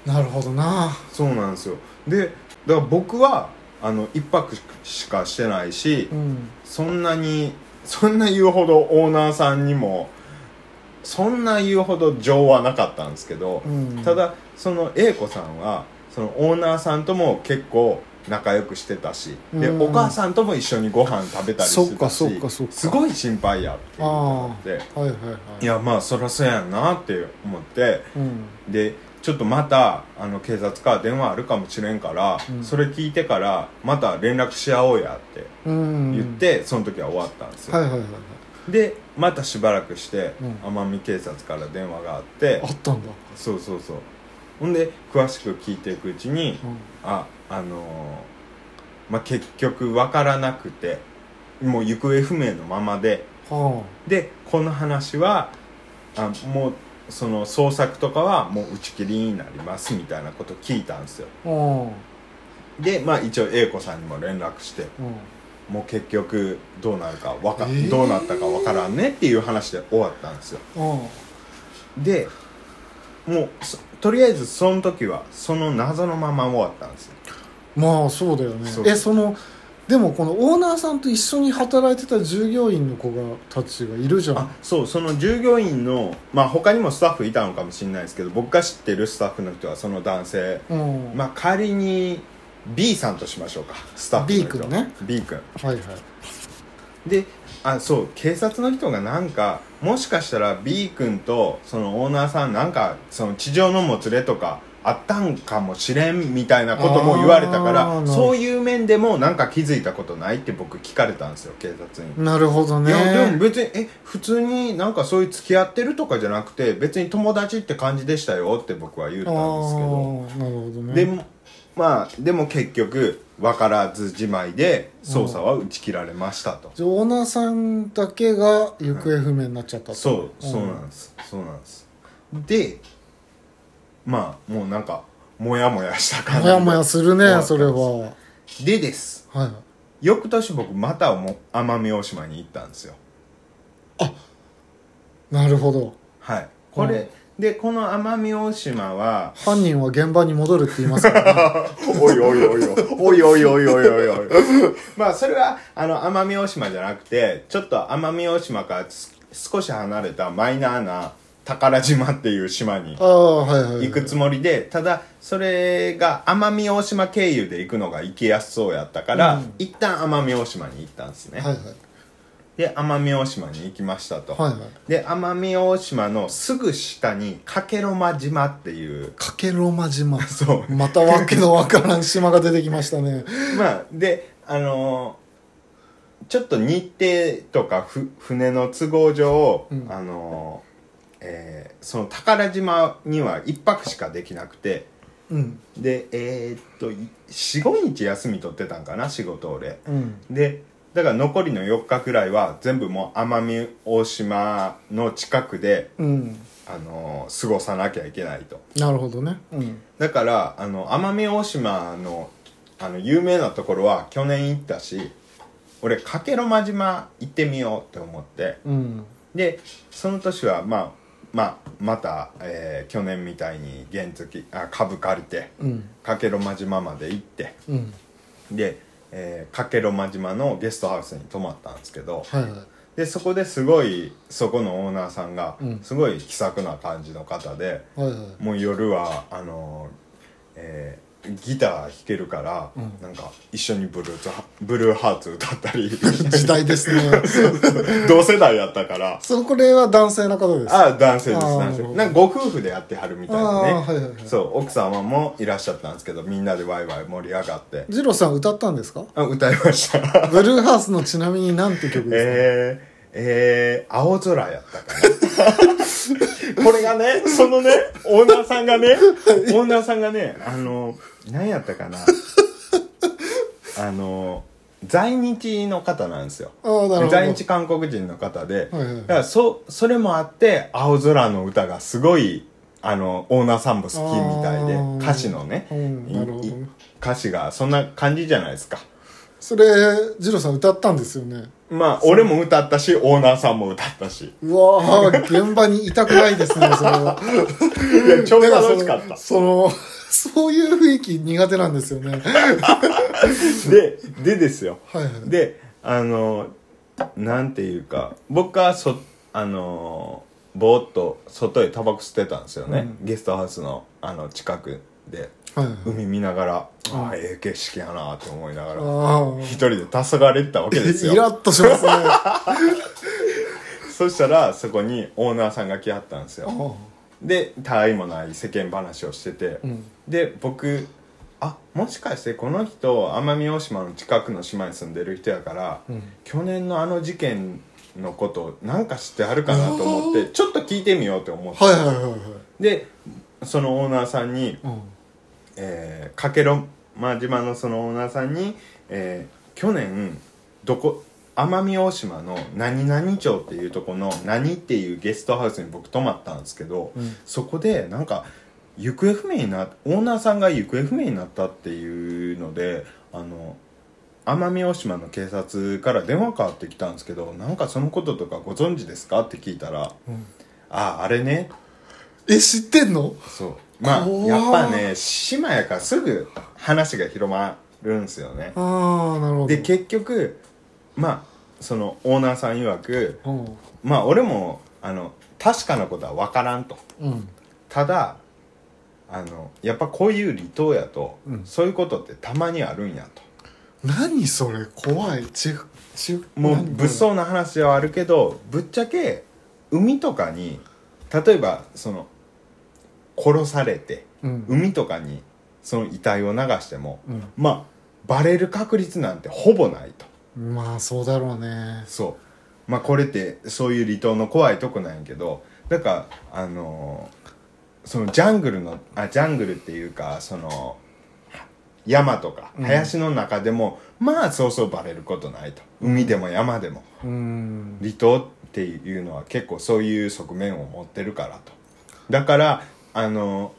うんなるほどな
そうなんですよでだから僕はあの一泊しかしてないし
うん
そんなにそんな言うほどオーナーさんにもそんな言うほど情はなかったんですけど
うん
ただその A 子さんはそのオーナーさんとも結構仲良くしてたしで
うん
お母さんとも一緒にご飯食べたり
そっ
して
か
た
そっ
し
かそっか
すごい心配やっていう
あ
で
あはいはいはい
いやまあそりゃそうやんなって思って
うん
でちょっとまたあの警察から電話あるかもしれんから、
うん
それ聞いてからまた連絡し合おうやって
うん
言って、その時は終わったんですよ、
はいはいはいはい
でまたしばらくして
うん
奄美、警察から電話があって
あったんだ、
そうそうそうほんで詳しく聞いていくうちに
うん
ああのーまあ結局分からなくてもう行方不明のままで
は
でこの話はあもうその捜索とかはもう打ち切りになりますみたいなこと聞いたんですよ
あうん
でまあ一応 A 子さんにも連絡して
うん
もう結局どうなるかわか、
えー
どうなったかわからんねっていう話で終わったんですよ
うん
でもうそとりあえずその時はその謎のまま終わったんですよ
まあそうだよね
そう
えそのでもこのオーナーさんと一緒に働いてた従業員の子がたちがいるじゃん
あそうその従業員のまあ他にもスタッフいたのかもしれないですけど僕が知ってるスタッフの人はその男性
うん
まあ仮に B さんとしましょうかスタッフの人
B 君ね
B 君
はいはい
であそう警察の人がなんかもしかしたら B 君とそのオーナーさんなんかその地上のもつれとかあったんかもしれんみたいなことも言われたか
あーなるほ
ら
ど
そういう面でもなんか気づいたことないって僕聞かれたんですよ警察に、
なるほど
いやでも
ね
別にえ普通になんかそういう付き合ってるとかじゃなくて別に友達って感じでしたよって僕は言っ
あ
た
あ
んですけど
ーなるほどね
でもまあでも結局分からずじまいで捜査は打ち切られましたと、
じゃあオーナーさんだけが行方不明になっちゃったと
そうそうなん
ん
です、そうなんですでまあもうなんかモヤモヤした感じ
もやもやする
終わ
ね
った
それは
でです
はい
翌年僕またも奄美大島に行ったんですよ
なるほど
はいこれ、
うん
でこの奄美大島は
犯人は現場に戻るって言いますからね
おいおいおいおいおいおいおいおい おいまあそれはあの奄美大島じゃなくてちょっと奄美大島からす少し離れたマイナーな宝島っていう島に
ああはいはいはい
行くつもりでただそれが奄美大島経由で行くのが行きやすそうやったから、
うん
一旦奄美大島に行ったんですね、
はいはい
で奄美大島に行きましたと、
はいはい
で奄美大島のすぐ下に加計呂間島っていう
かけろま島
そう
またわけのわからん島が出てきましたね
まあであのーちょっと日程とかふ船の都合上、
うん
あのーえーその宝島には一泊しかできなくて
うん
でえーっと45日休み取ってたんかな仕事俺
うん
でだから残りの4日くらいは全部もう奄美大島の近くで、
うん
あのー過ごさなきゃいけないと
なるほどねうん
だからあの奄美大島のあの有名なところは去年行ったし俺加計呂間島行ってみようって思って
うん
でその年はまあまあ、また、えー去年みたいに原付あ株借りて
うん
加計呂間島まで行って
うん
で、えー、加計呂間島のゲストハウスに泊まったんですけど
はいはい
でそこですごいそこのオーナーさんが
うん
すごい気さくな感じの方で、
はいはい
もう夜はあのえーギター弾けるから、
うん
なんか一緒にブルーツブルーハーツ歌ったり
時代ですね
同世代やったから
そうこれは男性の方です
ああ男性です
あー
男性なんかご夫婦でやってはるみたいなね、
あーはいはいはい
そう奥様もいらっしゃったんですけどみんなでワイワイ盛り上がって
ジローさん歌ったんですか
あ歌いました
ブルーハースのちなみになんて曲ですか、
えーえー、青空やったか なこれがねそのねオーナーさんがねオーナーさんがねあの何やったかなあの在日の方なんですよ
ああなるほど
在日韓国人の方で、
はいはい
だからそそれもあって「青空の歌」がすごいあのオーナーさんも好きみたいで
あー
歌詞のね、
うん
い
なるほどね
歌詞がそんな感じじゃないですか
それジローさん歌ったんですよね
まあ俺も歌ったしオーナーさんも歌ったし
うわー現場にいたくないですねそれ はい
や超
だら
楽しかった
そのそのそういう雰囲気苦手なんですよね
ででですよ
はいはい
であのなんていうか僕はそあのぼーっと外へタバコ吸ってたんですよね、ゲストハウスのあの近くで
はいはい
海見ながら、あ
うん
あええ景色やなと思いながら
あ
一人で黄昏れてたわけです
あ
よ
イラッとし ますね
そしたらそこにオーナーさんが来はったんですよ
あ
でたわいもない世間話をしてて、
うん
で僕あもしかしてこの人奄美大島の近くの島に住んでる人やから、
うん
去年のあの事件のことなんか知ってはるかなと思ってちょっと聞いてみようと思って、
はいはいはいはい
でそのオーナーさんに
うん
えー、かけろま島のそのオーナーさんに、えー去年どこ奄美大島の何々町っていうとこの何っていうゲストハウスに僕泊まったんですけど、
うん
そこでなんか行方不明になオーナーさんが行方不明になったっていうのであの奄美大島の警察から電話かかってきたんですけどなんかそのこととかご存知ですかって聞いたら「
うん
あああれね」
え知ってんの
そうまあ
怖ー
やっぱね島やからすぐ話が広まるんすよね
ああなるほど
で結局まあそのオーナーさん曰く
うん
まあ俺もあの確かなことは分からんと
うん
ただあのやっぱこういう離島やと、
うん
そういうことってたまにあるんやと
何それ怖いちち
もう
何これ
物騒な話ではあるけどぶっちゃけ海とかに例えばその殺されて
うん
海とかにその遺体を流しても、
うん
まあバレる確率なんてほぼないと
まあそうだろうね
そうまあこれってそういう離島の怖いとこなんやけどだからあのーそのジャングルのあジャングルっていうかその山とか
うん
林の中でも、まあそうそうバレることないと海でも山でも
うん
離島っていうのは結構そういう側面を持ってるからとだからあの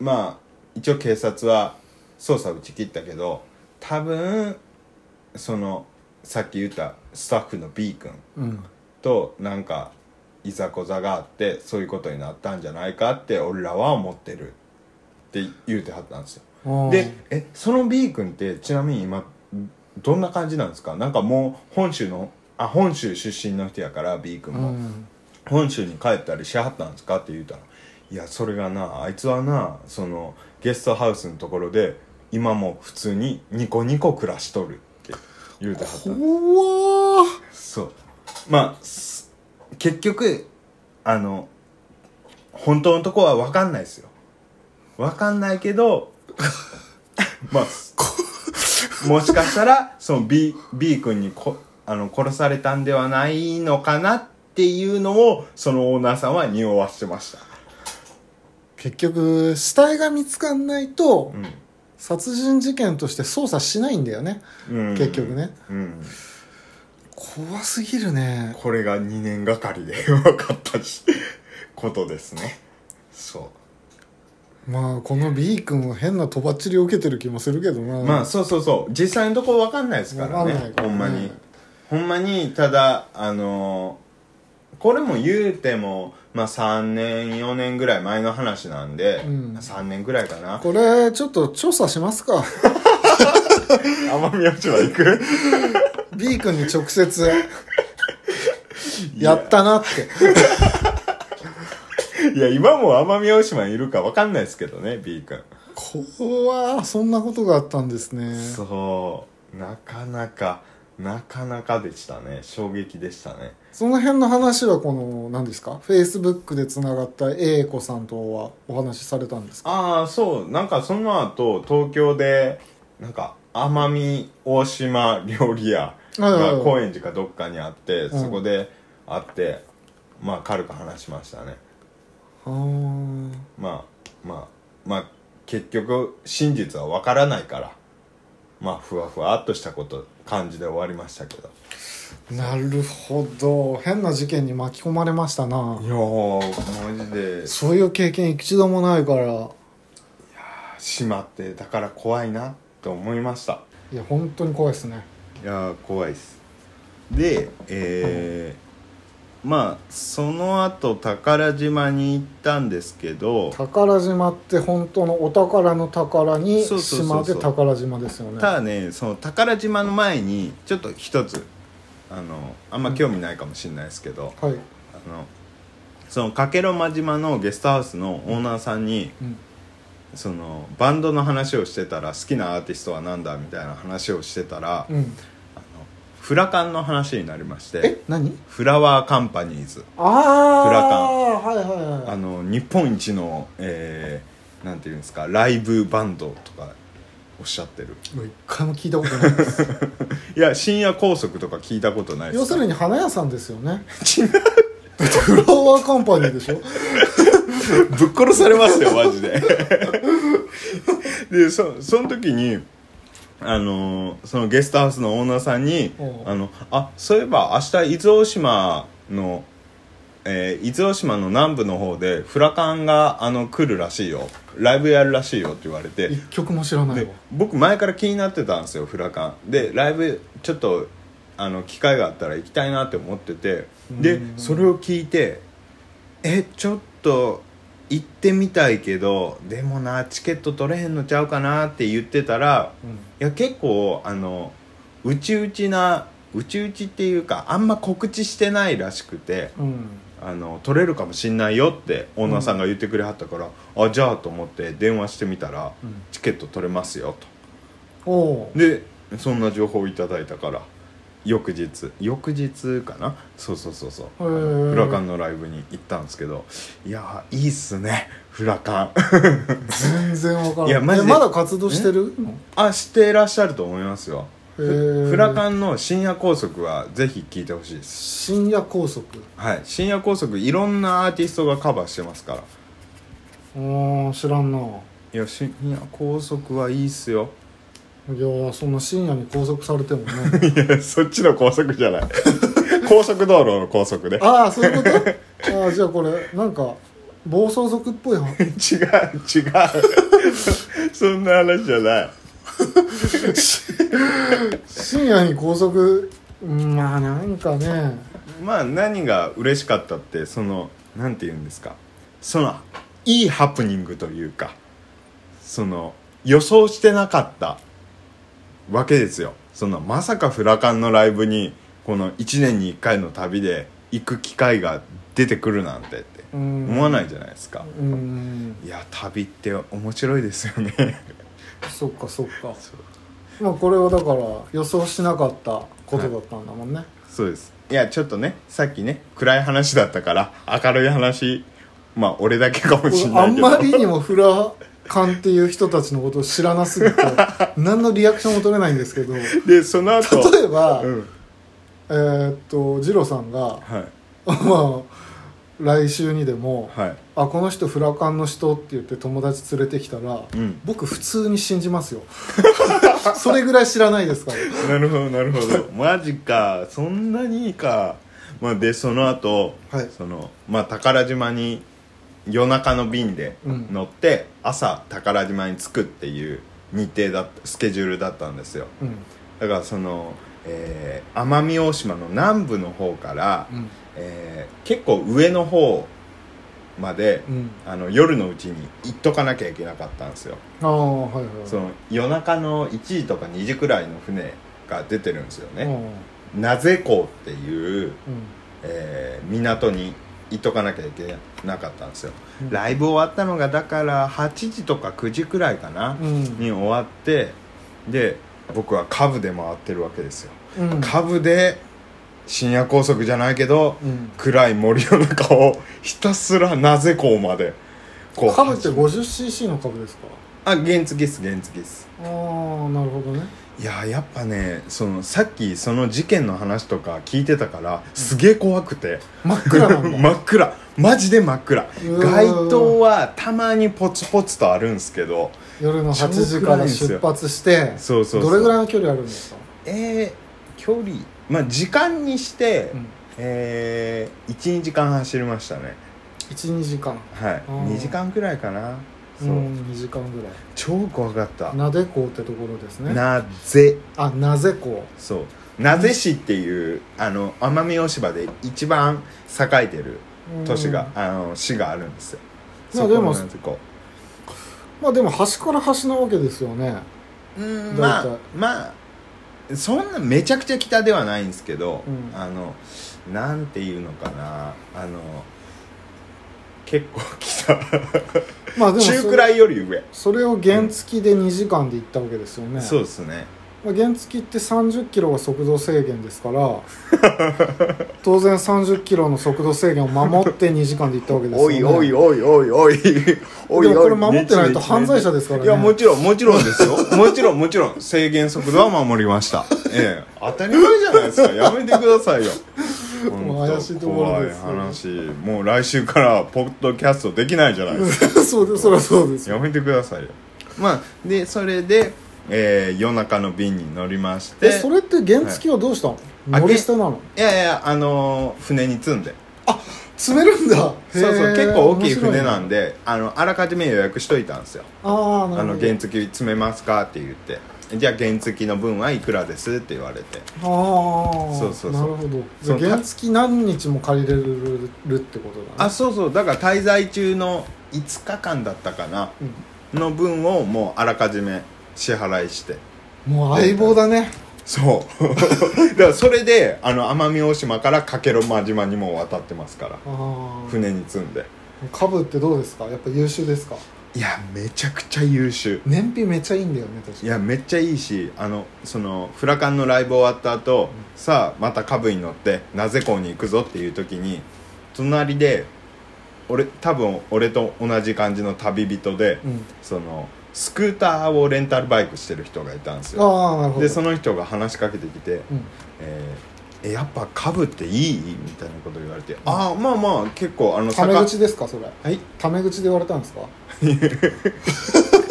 まあ一応警察は捜査打ち切ったけど多分そのさっき言ったスタッフの B 君
うん
となんかいざこざがあってそういうことになったんじゃないかって俺らは思ってるって言うてはったんですよ
うん
でえその B 君ってちなみに今どんな感じなんですかなんかもう本州のあ本州出身の人やから B 君
う
も、
ん
本州に帰ったりしはったんですかって言うたら「いやそれがなあいつはなそのゲストハウスのところで今も普通にニコニコ暮らしとる」って言うてはった
怖ー
そうまあす結局あの本当のとこは分かんないですよ分かんないけど まあすもしかしたらその B, B 君にこあの殺されたんではないのかなっていうのをそのオーナーさんは匂わしてました
結局死体が見つかんないと、
うん
殺人事件として捜査しないんだよね
うん
結局ね
うん
怖すぎるね
これが2年がかりで分かったしことですねそう
まあこの B 君は変なとばっちりを受けてる気もするけどな
まあそうそうそう実際のところ分かんないですから
分かんな
ね
いか
ほ
らね
んまにほんまにただあのーこれも言うても、まあ、3年4年ぐらい前の話なんで、
うん
3年ぐらいかな
これちょっと調査しますか
奄美大島行く
B 君に直接やったなって
いや今も奄美大島にいるか分かんないですけどね B 君
怖ーそんなことがあったんですね
そうなかなかなかなかでしたね衝撃でしたね
その辺の話はこの何ですかフェイスブックでつながった A 子さんとはお話しされたんですか
ああそうなんかその後東京でなんか奄美大島料理屋
はい
が
はい
高円寺かどっかにあって
うん
そこで会ってまあ軽く話しましたね
あー
まあまあまあ結局真実は分からないからまあふわふわっとしたこと感じで終わりましたけど
なるほど変な事件に巻き込まれましたない
やーマジで
そういう経験一度もないから
しまってだから怖いなと思いました
いや本当に怖いですね
いやー怖いっすでえーまあその後宝島に行ったんですけど
宝島って本当のお宝の宝に
そうそうそ
島
うそう
で宝島ですよね
ただねその宝島の前にちょっと一つあのあんま興味ないかもしれないですけど、
はい、
あのその加計呂麻島のゲストハウスのオーナーさんに
うん、
そのバンドの話をしてたら好きなアーティストは何だみたいな話をしてたら、
うん、
あのフラカンの話になりまして
え何
フラワーカンパニーズ
ああ
フラカ
はいはいは
あ
い
の日本一の、えーなんていうんですかライブバンドとかおっしゃってる
もう一回も聞いたことないです
いや深夜拘束とか聞いたことないですか
要するに花屋さんですよね
違う
フラワーカンパニーでしょ
ぶっ殺されますよマジででそその時にあのーそのゲストハウスのオーナーさんに
お
「
う
あのあそういえば明日伊豆大島の、えー伊豆大島の南部の方でフラカンがあの来るらしいよライブやるらしいよ」って言われて
一曲も知らない
で
わ
僕前から気になってたんですよフラカンでライブちょっとあの機会があったら行きたいなって思っててで
うん
それを聞いてえちょっと行ってみたいけどでもなチケット取れへんのちゃうかなって言ってたら
うん
いや結構あの内々な内々っていうかあんま告知してないらしくて
うん
あの取れるかもしんないよってオーナーさんが言ってくれはったから、あじゃあと思って電話してみたら、
うん
チケット取れますよと。
おおう
でそんな情報をいただいたから翌日翌日かなそうそうそうそうあの
へー
フラカンのライブに行ったんですけどいやーいいっすねフラカン
全然わからない
いやマジで
えまだ活動してるの
あ知っていらっしゃると思いますよ
へー
フラカンの深夜拘束はぜひ聞いてほしいです
深夜拘束
はい深夜拘束いろんなアーティストがカバーしてますから
うん知らんない
や深夜拘束はいいっすよ
いやーそんな深夜に拘束されてもね
いやそっちの拘束じゃない 高速道路の拘束で
ああそういうことああじゃあこれなんか暴走族っぽい話
違う違う そんな話じゃない
深夜に拘束うんまあなんかね
まあ何が嬉しかったってそのなんて言うんですかそのいいハプニングというかその予想してなかったわけですよそのまさかフラカンのライブにこの1年に1回の旅で行く機会が出てくるなんてって
うん
思わないじゃないですか、
うん
いや旅って面白いですよね
そっかそっかまあこれはだから予想しなかったことだったんだもんね、
そうですいやちょっとねさっきね暗い話だったから明るい話まあ俺だけかもしれ
あ
ない
ん
けど
まりにもフラカンっていう人たちのことを知らなす ぎて何のリアクションも取れないんですけど例
でその後
えば、
うん
えーっと二郎さんが
はい
まあ来週にでも
はい
「あこの人フラカンの人」って言って友達連れてきたら、
うん
僕普通に信じますよ それぐらい知らないですから
なるほどなる ほどマジかそんなにいいか、まあ、でその後、
はい
そのまあ宝島に夜中の便で
うん
乗って、朝宝島に着くっていう日程だったスケジュールだったんですよ
うん
だからその、えー奄美大島の南部の方から、
うん
えー結構上の方まで、
うん
あの夜のうちに行っとかなきゃいけなかったんですよ
ああはいはい
その夜中の1時とか2時くらいの船が出てるんですよ
う
ね、なぜ港っていう、えー港に行っとかなきゃいけなかったんですよ、
うん
ライブ終わったのがだから8時とか9時くらいかな、
んうん
に終わってで僕は下部で回ってるわけですよ
うん
下部で深夜高速じゃないけど、
うん
暗い森の中をひたすらなぜ港までこ
株って 50cc の株ですか
あ原付っす原付っす
ああなるほどね
いいややっぱねそのさっきその事件の話とか聞いてたからすげえ怖くて、
真っ暗 なんだ
真っ暗マジで真っ暗
ー
街灯はたまにポツポツとあるんですけど
夜の8時
超
か
暗いん
ら
ですよ
出発して
そうそうそう
どれぐらいの距離あるんですか、
えー、距離まあ時間にして、
うん、
えー、12時間走りましたね
12時間
はい
ー
2時間くらいかな
う
そう、
ん2時間ぐらい
超怖かった
なでこうってところですね
なぜ
あなぜこ
そうなぜ市っていうあの奄美大島で一番栄えてる
う
都市
う
が
ん、
あの市があるんですよ
まあ
そこ
でも
のなんてこ
まあでも端から端なわけですよね
う
大
うん
体
まあまあそんなめちゃくちゃ北ではないんですけど、
うん
あのなんていうのかなあの結構北
まあでもそれ
中くらいより上、
それを原付で2時間で行ったわけですよね、
そうですね
まあ原付って30キロが速度制限ですから 当然30キロの速度制限を守って2時間で行ったわけですよ
お
ね
いおいおいおいおいおい
でも
お
こ
い
れ守ってないと犯罪者
で
ですからね
いやもちろんもちろんですよもちろんもちろん制限速度は守りましたええ当たり前じゃないですかやめてくださいよ
もう怪しいところですよ
本当怖い話もう来週からポッドキャストできないじゃないですか
そうですそりゃそうですよ
やめてくださいよまあでそれで、えー夜中の便に乗りまして
えそれって原付はどうしたの、
はい
乗り捨てなの
いやいやあのー船に積んで
詰めるんだそう
そうそう結構大きい船なんであのあらかじめ予約しといたんですよ
ああな
あ
る
の
ほど
原付詰めますかって言ってじゃあ原付の分はいくらですって言われて
ああ
そうそうそう
なるほどじ
そ
ゃ
の
あ原付何日も借りれるってことだ
あ
ね
そうそうだから滞在中の5日間だったかなの分をもうあらかじめ支払いして
うんもう相棒だね
そう だからそれであの奄美大島から加計呂麻島にも渡ってますから
ああ
船に積んで
株ってどうですかやっぱ優秀ですか
いやめちゃくちゃ優秀
燃費めっちゃいいんだよね確
い
か
やめっちゃいいしあのそのフラカンのライブ終わった後、さあまたカブに乗ってなぜ港に行くぞっていう時に隣で俺多分俺と同じ感じの旅人で、
うん
そのスクーターをレンタルバイクしてる人がいたんですよ
ああなるほど
でその人が話しかけてきて
うん
「えーえやっぱカブっていい?」みたいなこと言われて「ああまあまあ結構あの
タメ
坂
口ですかそれ
はい
タメ口で言われたんですか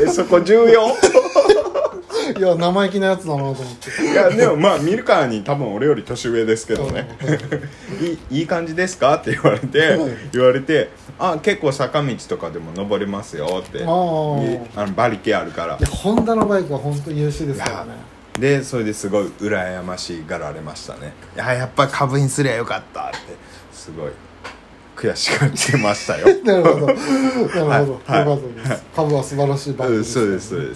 えそこ重要? 」
いや生意気なやつだなと思って
いやでもまあ見るからに多分俺より年上ですけどね「 いいい感じですか?」って言われて
うん
言われて「あ結構坂道とかでも登れますよ」って
あ
あの
ー
馬力あるから
いやホンダのバイクは本当に優秀ですから
い
ね
でそれですごい羨ましがられましたね「あやっぱ株にすりゃよかった」ってすごい悔しがってました よ
なるほどなるほど
はい
よかったです株は素晴らしいバイクからね
うんそうですそう
はい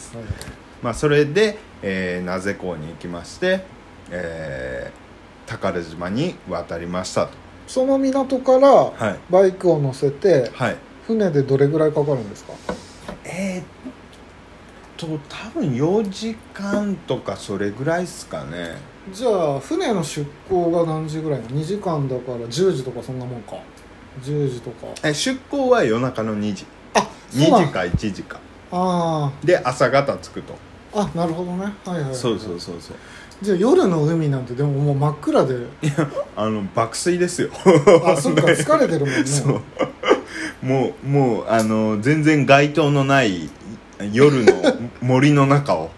まあそれで、えー、名瀬港に行きまして、えー宝島に渡りましたと
その港から
はい
バイクを乗せて
はい
船でどれぐらいかかるんですか
えーっと多分4時間とかそれぐらいですかね
じゃあ船の出港が何時ぐらいの2時間だから10時とかそんなもんか10時とか
え出港は夜中の2時
あ
2
そうなん
時か1時か
あ
で朝方着くと、
ああなるほどねはいはい、はい、
そうそうそうそう
じゃあ夜の海なんてでももう真っ暗で
あの爆睡ですよ
あそっ か疲れてるもんね
そうもうもうあの全然街灯のない夜の森の 中を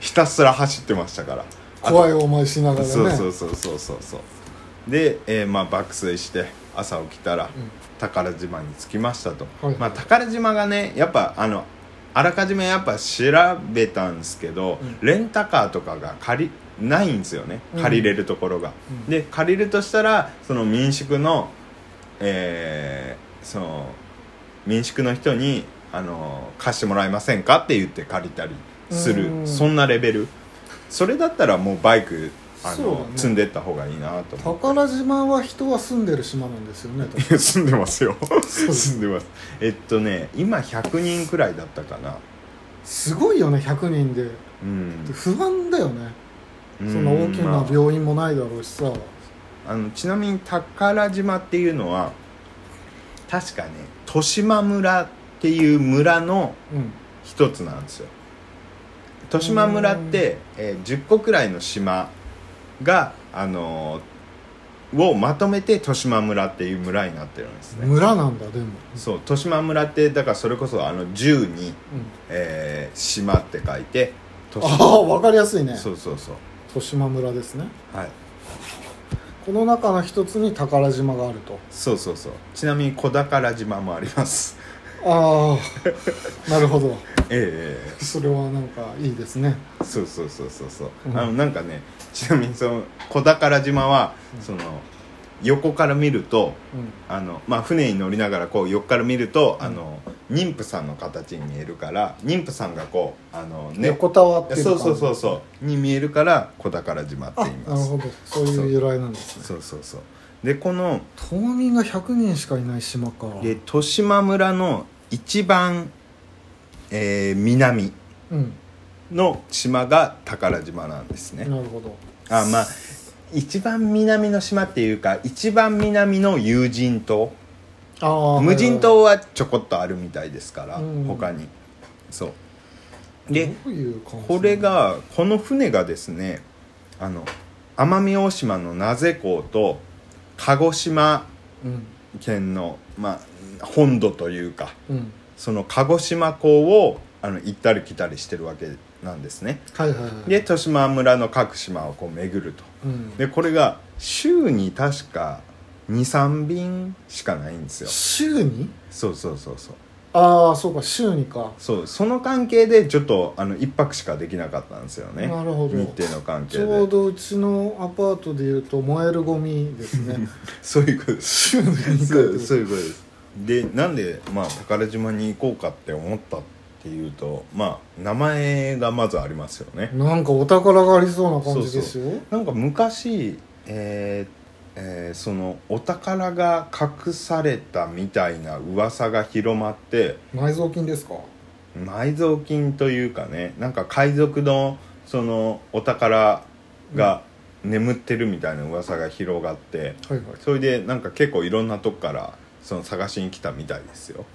ひたすら走ってましたから
怖い
よ、
思いしながらね
そうそうそうそうそうそうで、えーまあ、爆睡して朝起きたら、宝島に着きましたと、
はい
まあ、宝島がねやっぱあのあらかじめやっぱ調べたんですけど、
う
レンタカーとかが借りないんですよね
うん
借りれるところが、
うん
で借りるとしたらその民宿のえーその民宿の人にあの貸してもらえませんかって言って借りたりする、
うん
そんなレベルそれだったらもうバイクあ
そう
の、
だね
積んでった方がいいなと思って
宝島は人は住んでる島なんですよね多分
いや 住んでますよ
そうです
住んでますえっとね今100人くらいだったかな
すごいよね100人で
うん
不安だよね
そ
そんな大きな
あ、
病院もないだろうしさ、
あのちなみに宝島っていうのは確かね利島村っていう村の
うん
一つなんですよ十島村って、えー10個くらいの島が、あのーをまとめて十島村っていう村になってるんですね
村なんだでも、
そう十島村ってだからそれこそあの10に、
う
えー島って書いて十
ん、ああ分かりやすいね
そうそうそう
十島村ですね
はい
この中の一つに宝島があると
そうそうそうちなみに小宝島もあります
あ あなるほど
えええ
それはなんかいいですね
えそうそうそうそうそう、
うん
あのなんかねちなみにその小宝島は、その横から見ると
うん
あのまあ、船に乗りながらこう横から見るとあの妊婦さんの形に見えるから妊婦さんがこうあの、ね、
横たわっ
い
て
や
る
そうそう
う
そうそうに見えるから小宝島って
あ
言い
な
ま
る
す
ほどそういう由来なんですね
そうそうそうでこの
島民が100人しかいない島か
で十島村の一番、えー南
うん
の島が宝島なんですね
なるほど
あまあ一番南の島っていうか一番南の有人島
ああ
無人島はちょこっとあるみたいですから、
うん
他にそうで
どういう感じ
これがこの船がですねあの奄美大島の名瀬港と鹿児島
うん
県の、まあ、本土というか
うん
その鹿児島港をあの行ったり来たりしてるわけなんですね
はいはいはい
で十島村の各島をこう巡ると
うん、
でこれが週に確か23便しかないんですよ
週に
そうそうそうそう
ああそうか週にか
そうその関係でちょっとあの1泊しかできなかったんですよね
なるほど
日程の関
ち
係
ょう
で
どうちのアパートでいうと燃えるゴミです ね
そういうことです
週に2
そ
回
うそういうことですでなんで、まあ、宝島に行こうかって思ったっていうとまあ名前がまずありますよね
なんかお宝がありそうな感じですよ
なんか昔えーえーそのお宝が隠されたみたいな噂が広まって
埋蔵金ですか
埋蔵金というかねなんか海賊のそのお宝が眠ってるみたいな噂が広がって
はいはい
それでなんか結構いろんなとこからその探しに来たみたいですよ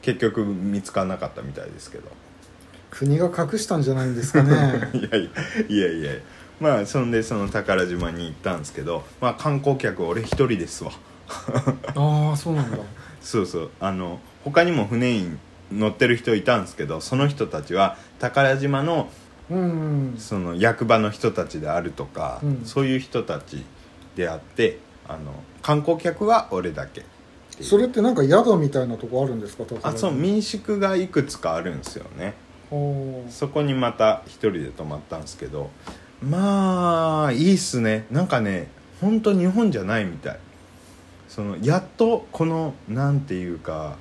結局見つからなかったみたいですけど
国が隠したんじゃないんですかね
いやいやいやいやまあそんでその宝島に行ったんですけどまあ観光客俺一人ですわ
ああそうなんだ
そうそうあの他にも船に乗ってる人いたんですけどその人たちは宝島の
うんうん
その役場の人たちであるとか、
うん
そういう人たちであってあの観光客は俺だけっていう
それってなんか宿みたいなとこあるんですか
あそう民宿がいくつかあるんですよね
お
そこにまた一人で泊まったんですけどまあいいっすねなんかね本当日本じゃないみたいそのやっとこのなんていうか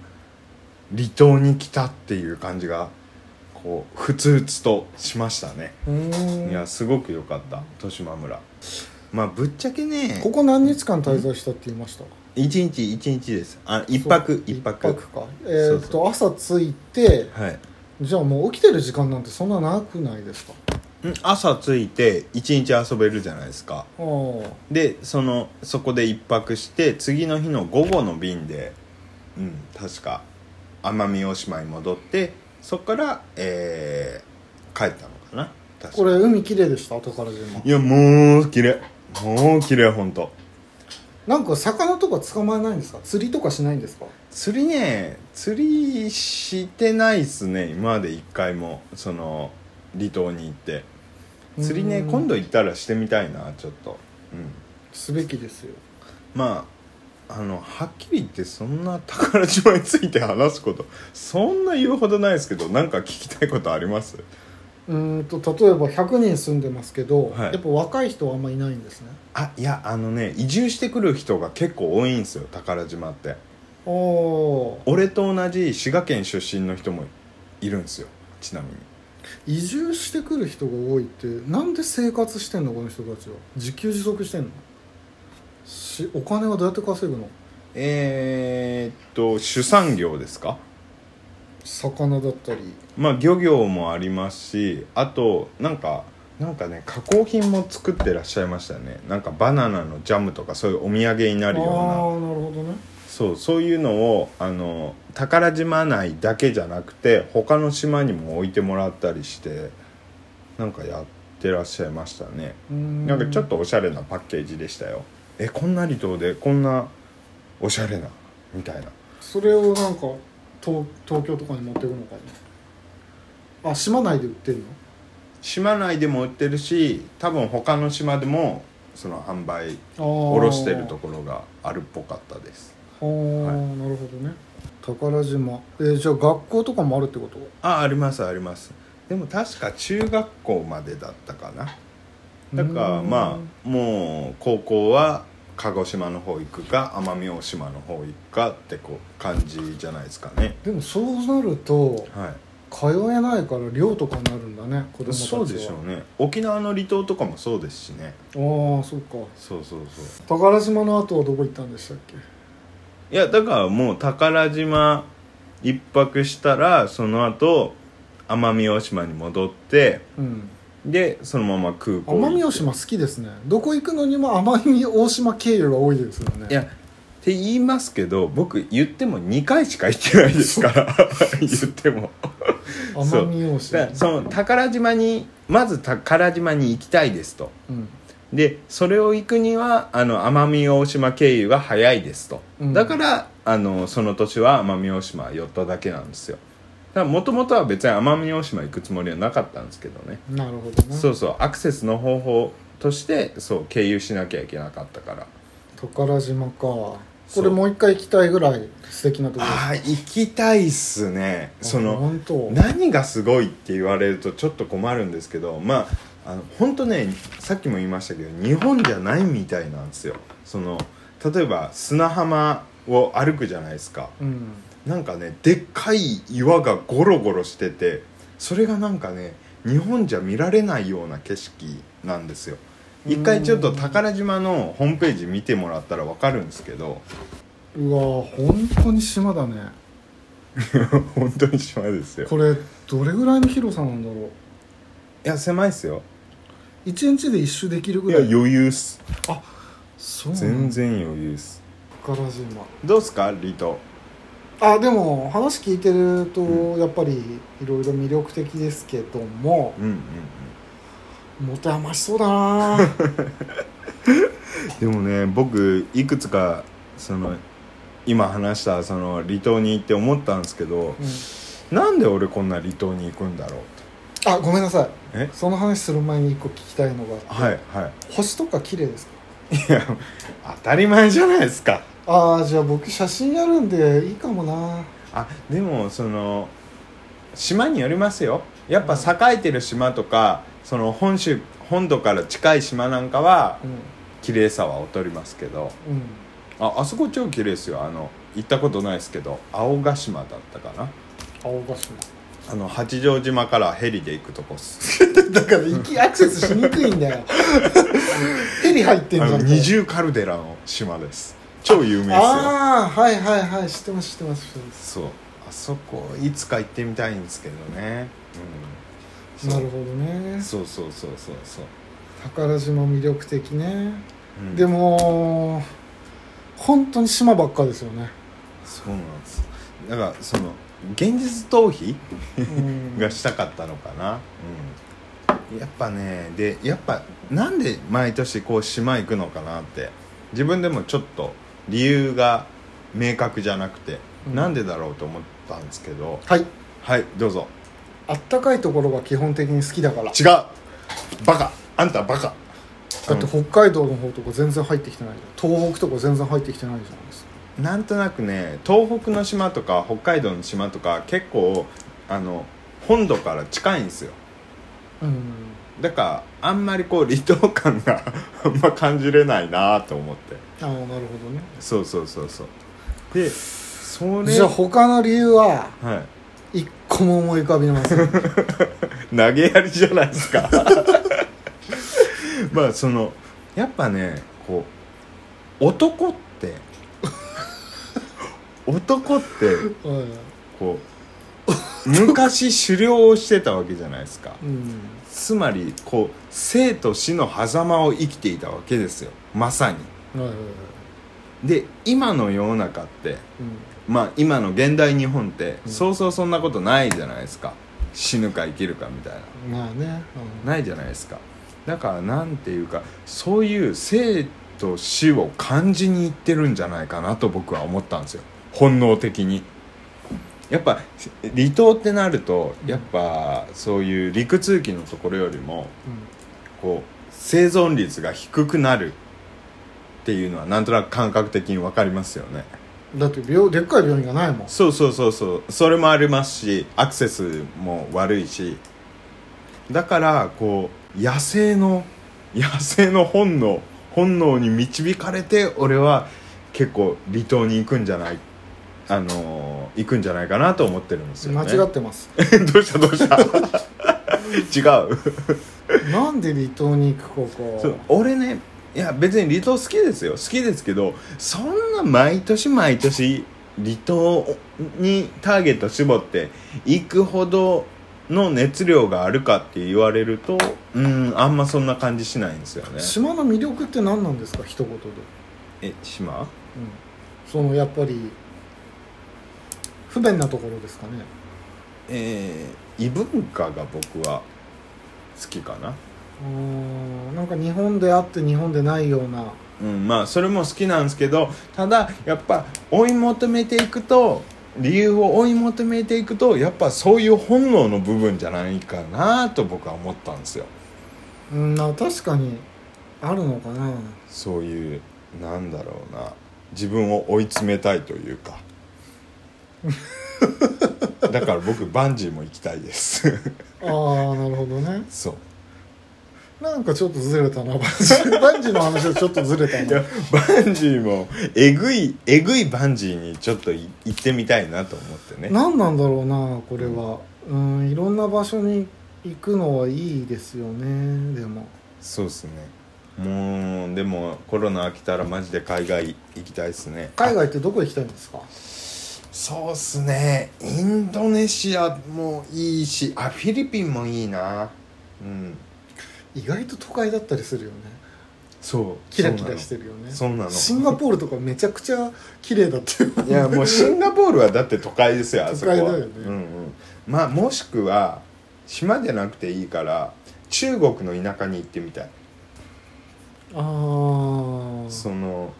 離島に来たっていう感じがこうふつふつとしましたね
うん
いやすごく良かった十島村まあぶっちゃけね
ここ何日間滞在したって言いました
一日一日ですあ一泊一泊
一泊かえ
そ
ー
う
っ
そ
と朝着いて
はい
じゃあもう起きてる時間なんてそんな長くないですか
ん朝着いて一日遊べるじゃないですか
ああ
でそのそこで一泊して次の日の午後の便でうん確か奄美大島に戻ってそこからえー、帰ったのかな確か
これ海綺麗でした後から島
いやもう綺麗もう綺麗本当
なんか魚とか捕まえないんですか釣りとかしないんですか
釣りね釣りしてないっすね今まで一回もその離島に行って釣りね
うん
今度行ったらしてみたいなちょっとうん
すべきですよ
まああのはっきり言ってそんな宝島について話すことそんな言うほどないですけどなんか聞きたいことあります
うーんと例えば100人住んでますけど、
はい
やっぱ若い人はあんまいないんですね
あいやあのね移住してくる人が結構多いんですよ宝島って
ああ
俺と同じ滋賀県出身の人もいるんですよちなみに
移住してくる人が多いってなんで生活してんのこの人たちは自給自足してんのしお金はどうやって稼ぐの
えー、っと主産業ですか
魚だったり
まあ漁業もありますしあとなんかなんかね加工品も作ってらっしゃいましたねなんかバナナのジャムとかそういうお土産に
ああー
なる
なる
ような
ほどね
そうそういうのをあの宝島内だけじゃなくて他の島にも置いてもらったりしてなんかやってらっしゃいましたね
な
なんかちょっとおしゃれなパッケージでしたよえこんな離島でこんなおしゃれなみたいな
それをなんか東東京とかに持っていくのかなあ島内で売ってるの
島内でも売ってるし多分他の島でもその販売
あお
卸してるところがあるっぽかったです
はあ、なるほどね宝島えーじゃあ学校とかもあるってこと
あありますありますでも確か中学校までだったかなだから
うん
まあもう高校は鹿児島の方行くか奄美大島の方行くかってこう感じじゃないですかね
でもそうなると
はい
通えないから寮とかになるんだね子供たちは
そうでしょうね沖縄の離島とかもそうですしね
ああそうか
そうそうそう
宝島の後はどこ行ったんでしたっけ
いやだからもう宝島一泊したらその後奄美大島に戻って
うん
でそのまま空港行って
奄美大島好きですねどこ行くのにも奄美大島経由が多いですよね
いやって言いますけど僕言っても2回しか行ってないですから 言ってもそう
奄美大
だ
島
からその宝島にまず宝島に行きたいですと
うん
でそれを行くにはあの奄美大島経由が早いですと、
うん
だからあのその年は奄美大島寄っただけなんですよだからもともとは別に奄美大島行くつもりはなかったんですけどね、
なるほどね
そうそうアクセスの方法としてそう経由しなきゃいけなかったから
宝島かこ
そう
れもう一回行きたいぐらい素敵なところです
ああ行きたいっすねそ
あ
の
本当
何がすごいって言われるとちょっと困るんですけどまああの本当ねさっきも言いましたけど日本じゃないみたいなんですよその例えば砂浜を歩くじゃないですか
うん
なんかねでっかい岩がゴロゴロしててそれがなんかね日本じゃ見られないような景色なんですよ一回ちょっと宝島のホームページ見てもらったらわかるんですけど
うわー本当に島だね
本当に島ですよ
これどれぐらいの広さなんだろう
いや狭いっすよ
一日で一周できる
い
ぐ
や
らい
余裕っす
そう
全然余裕っす
宝島
どうっすか離島
あでも話聞いてると
う
やっぱりいろいろ魅力的ですけども
うんうん
持て余しそうだ なう
でもね僕いくつかその今話したその離島に行って思ったんですけど
ん
なんで俺こんな離島に行くんだろう
あごめんなさい
え
その話する前に一個聞きたいのがあって
とはいはい
星とか綺麗ですか
いや当たり前じゃないですか
ああじゃあ僕写真やるんでいいかもな
あでもその島によりますよやっぱ栄えてる島とかその本州本土から近い島なんかは
う
綺麗さは劣りますけど
んうん
ああそこ超綺麗ですよあの行ったことないですけど青ヶ島だったかな
青ヶ島
あの八丈島からヘリで行くとこっす
だから行きアクセスしにくいん だよヘリ入ってんじ
あ
ゃ
の
ん
二重カルデラの島です超有名ですよ
ああはいはいはい知ってます知ってます知ってます
そうあそこいつか行ってみたいんですけどね、うん、
なるほどね
そうそうそうそうそう
宝島魅力的ね、
うん
でも本当に島ばっかですよ ね、
そうなんですだからその現実逃避
うん
がしたかったのかな、うん、やっぱねでやっぱなんで毎年こう島行くのかなって自分でもちょっと理由が明確じゃなくて、
うん
なんでだろうと思ったんですけど
はい
はいどうぞ
あったかいところが基本的に好きだからだ
違うバカあんたバカ
って北海道の方とか全然入ってきてないじゃん東北とか全然入ってきてないじゃないですか
なんとなくね東北の島とか北海道の島とか結構あの本土から近いんですよ
うん
だからあんまりこう離島感が あんま感じれないなと思って
ああなるほどね
そうそうそうそうでそれ
じゃあ他の理由は
は
一個も思い浮かびま せん
い、投げやりじゃないですか まあそのやっぱねこう男って男って
う
こう昔狩猟をしてたわけじゃないですか
ん
つまりこう生と死の狭間を生きていたわけですよまさに
はいはいはい
で今の世の中ってまあ今の現代日本って
うん
そうそうそんなことないじゃないですか、
う
死ぬか生きるかみたいな
まあね、
ないじゃないですかだからなんていうかそういう生と死を感じにいってるんじゃないかなと僕は思ったんですよ本能的にやっぱ離島ってなるとやっぱそういう陸続きのところよりもこう生存率が低くなるっていうのはなんとなく感覚的に分かりますよね
うん、だって病でっかい病院がないもん
そうそうそうそうそれもありますしアクセスも悪いしだからこう野生の 野生の本能本能に導かれて俺は結構離島に行くんじゃないあのー行くんじゃないかなと思ってるんですよね
間違ってます
どうしたどうした 違う
なんで離島に行くここ
そう俺ねいや別に離島好きですよ好きですけどそんな毎年毎年離島にターゲット絞って行くほどの熱量があるかって言われるとうんあんまそんな感じしないんですよね
島の魅力って何なんですか一言で、うん、
え島
そのやっぱり不便なところですかね
えー異文化が僕は好きかな
うーんなんか日本であって日本でないような
うん、まあそれも好きなんですけどただやっぱ追い求めていくと理由を追い求めていくとやっぱそういう本能の部分じゃないかなと僕は思ったんですよ
うんな確かにあるのか な
そういうなんだろうな自分を追い詰めたいというかだから僕バンジーも行きたいです
ああなるほどね
そう
なんかちょっとずれたなバン ジーバンジーの話はちょっとずれた
いや
な
バンジーもえぐいえぐいバンジーにちょっとい行ってみたいなと思って ね
何なんだろうなこれはうんいろんな場所に行くのはいいですよねでも
そうですねもうでもコロナ飽きたらマジで海外行きたいですね
海外ってどこ行きたいんですか
そうっすねインドネシアもいいしあフィリピンもいいなうん
意外と都会だったりするよね
そう
キラキラしてるよね
そうなの
シンガポールとかめちゃくちゃ綺麗だっていう
いやもうシ ンガポールはだって都会ですよあそこは
都会だよね
うんうん、まあもしくは島じゃなくていいから中国の田舎に行ってみたい
ああ
その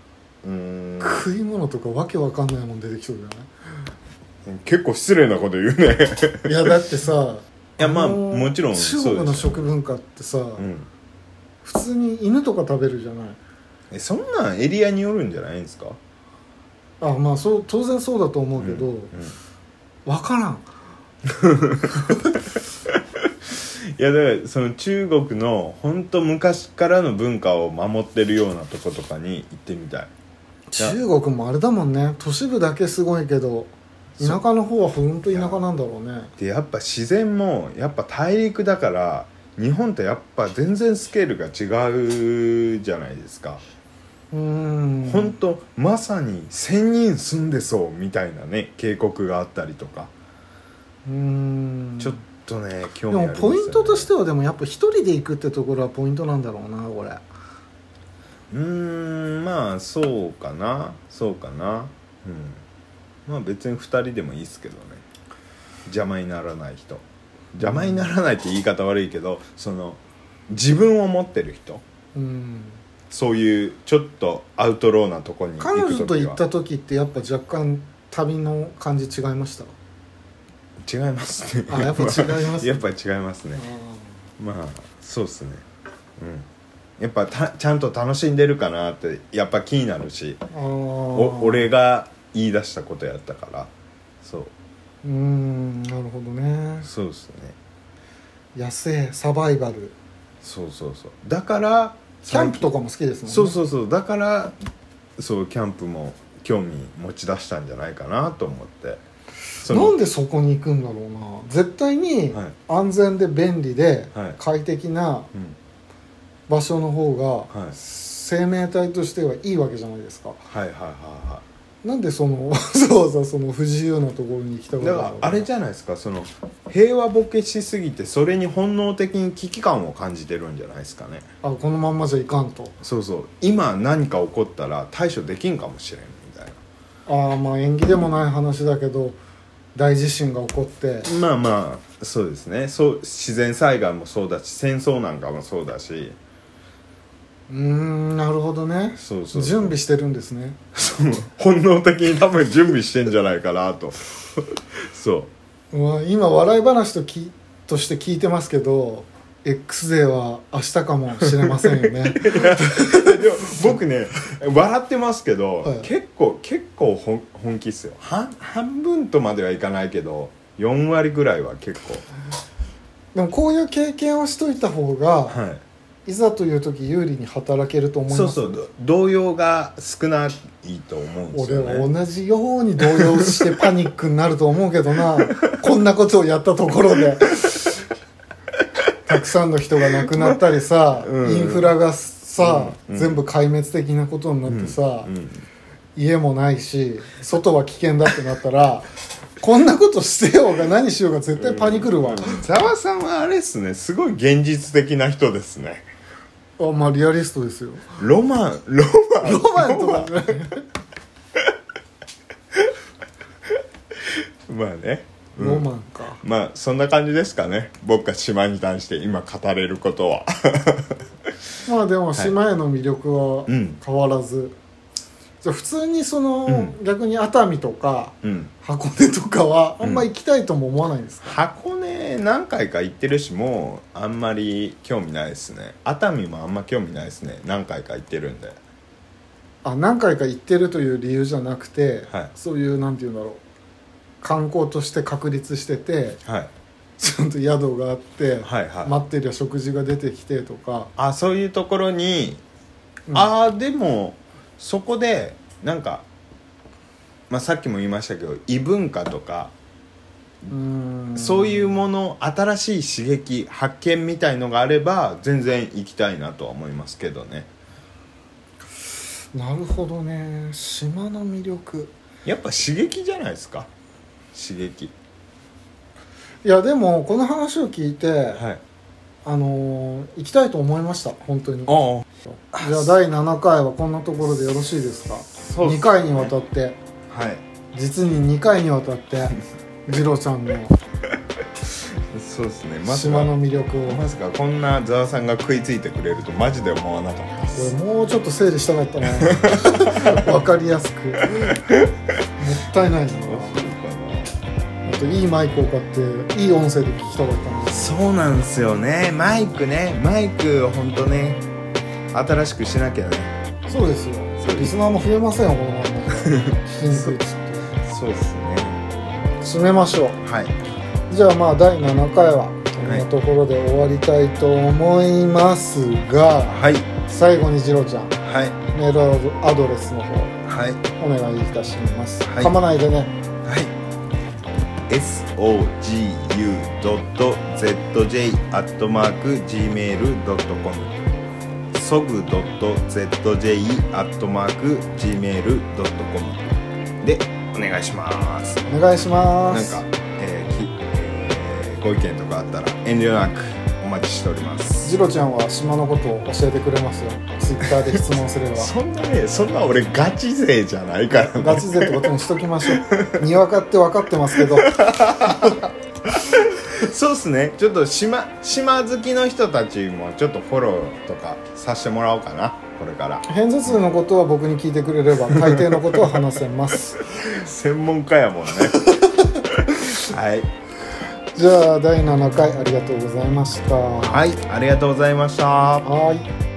うーん
食い物とかわけわかんないもん出てきそうじ
結構失礼なこと言うね
ゃないいやだってさ
いやまあ
の
もちろんそう
中
ですよ
国の食文化ってさ、
うん
普通に犬とか食べるじゃない
えそんなんエリアによるんじゃないんですか
あまあそう当然そうだと思うけど、
うんうん
わからん
いやだからその中国の本当昔からの文化を守ってるようなとことかに行ってみたいや
中国もあれだもんね都市部だけすごいけど田舎の方はほんと田舎なんだろうね
でやっぱ自然もやっぱ大陸だから日本とやっぱ全然スケールが違うじゃないですか、
うーん
本当まさに1,000人住んでそうみたいなね渓谷があったりとか、
うーん
ちょっとね興
で
味あ
も
りますよね
ポイントとしてはでもやっぱ一人で行くってところはポイントなんだろうなこれ
うーんまあそうかなそうかなうんまあ別に2人でもいいっすけどね邪魔にならない人邪魔にならないって言い方悪いけどその自分を持ってる人
うん
そういうちょっとアウトローなとこに行く
彼女と
時
行
は
った時ってやっぱ若干旅の感じ違いました
違いますね
あやっぱ違います
やっぱ違いますねまあそうっすねうんやっぱたちゃんと楽しんでるかなってやっぱ気になるし
あー
お俺が言い出したことやったからそう
うーんなるほどね
そうですね
野生サバイバル
そうそうそうだから
キャンプと
か
かも好きですもんね
そうそうそうだからそうキャンプも興味持ち出したんじゃないかなと思ってそ
な
の
んでそこに行くんだろうな絶対に
はい
安全で便利で
はい
快適な
うん
場所の方
はい
が生命体としてはいいわけじゃないですか
はいはいは
なんでその わざわざその不自由なところに行きた
いはい
こ
だ
と
か
ろう
らあれじゃないですかその平和ボケしすぎてそれに本能的に危機感を感じてるんじゃないですかね
あこのまんまじゃいかんと
そうそう今何か起こったら対処できんかもしれんみたいな
ああまあ縁起でもない話だけど大地震が起こって
まあまあそうですねそう自然災害もそうだし戦争なんかもそうだし
うーんなるほどね
そうそう
準備してるんですね
そう本能的に多分準備してんじゃないかなと そう
わ今笑い話ときとして聞いてますけど X デーは明日かもしれませんよね
うでも僕ね笑ってますけど、
はい
結構結構本本気っすよ半半分とまではいかないけど4割ぐらいは結構
でもこういう経験をしといた方が
はい
いざという時有利に働けると思います
そうそうど動揺が少ないと思うんです
俺
よ
は
ね
同じように動揺してパニックになると思うけど なこんなことをやったところでたくさんの人が亡くなったりさ、
うん
インフラがさ、
うん
全部壊滅的なことになってさ、
うん
家もないし外は危険だってなったらこんなことしてようが何しようが絶対パニクるわ、
ざわさんはあれですねすごい現実的な人ですね
あまあリアリストですよ
ロマ ンロマン
ロマンとかね
まあね
ロマンか、
まあそんな感じですかね僕が島に対して今語れることは
まあでも島への魅力は
うん
変わらず、じゃあ普通にその、
う
逆に熱海とか
うん
箱根とかはあんま行きたいとも思わないんですか、
箱根何回か行ってるしもうあんまり興味ないですね熱海もあんま興味ないですね何回か行ってるんで
あ何回か行ってるという理由じゃなくて、
はい
そういうなんて言うんだろう観光として確立してて
はい
ちゃんと宿があって、
はいはい、
待ってりゃ食事が出てきてとか、
あそういうところに、
うん
ああでもそこでなんか、まあ、さっきも言いましたけど異文化とか
うーん
そういうもの新しい刺激発見みたいのがあれば全然行きたいなとは思いますけどね
なるほどね島の魅力
やっぱ刺激じゃないですか刺激
いやでもこの話を聞いて、
はい
あのー行きたいと思いました本当にじゃ
あ
あ第7回はこんなところでよろしいですか
そうですね
2回にわたって
あはい
実に2回にわた って次郎ちゃんの
そうですねまさ
島
か
の魅力を
まさかこんなざわさんが食いついてくれるとマジで思わなかったです
これもうちょっと整理したかったな わかりやすくもったいないな
どうするかな
あといいマイクを買っていい音声で聞きたかったな
そうなんですよねマイクねマイクほんとね新しくしなきゃね
そうですよ
そう
リスナーも増えませんよこのま ま聞きにくいっつっ
そうですね
て締めましょう
はい
じゃあまあ第7回はこんなところで終わりたいと思いますが、
はい
最後にジロちゃん
はい
メールアドレスの方
はい
お願いいたします、
はい
噛まないでね
はい sogu.zj.gmail.com ソグ .zj.gmail.com でお願いします
お願いしま
なん
す
か、えーきえーご意見とかあったら遠慮なくお待ちしております
ジロちゃんは島のことを教えてくれますよツイッターで質問すれば
そんなねそんな俺ガチ勢じゃないからね
ガチ勢ってことにしときましょう にわかって分かってますけど
そうっすねちょっと島島好きの人たちもちょっとフォローとかさせてもらおうかなこれから
偏頭痛のことは僕に聞いてくれれば大抵のことは話せます
専門家やもんねはい
じゃあ第7回ありがとうございました
はいありがとうございました
はい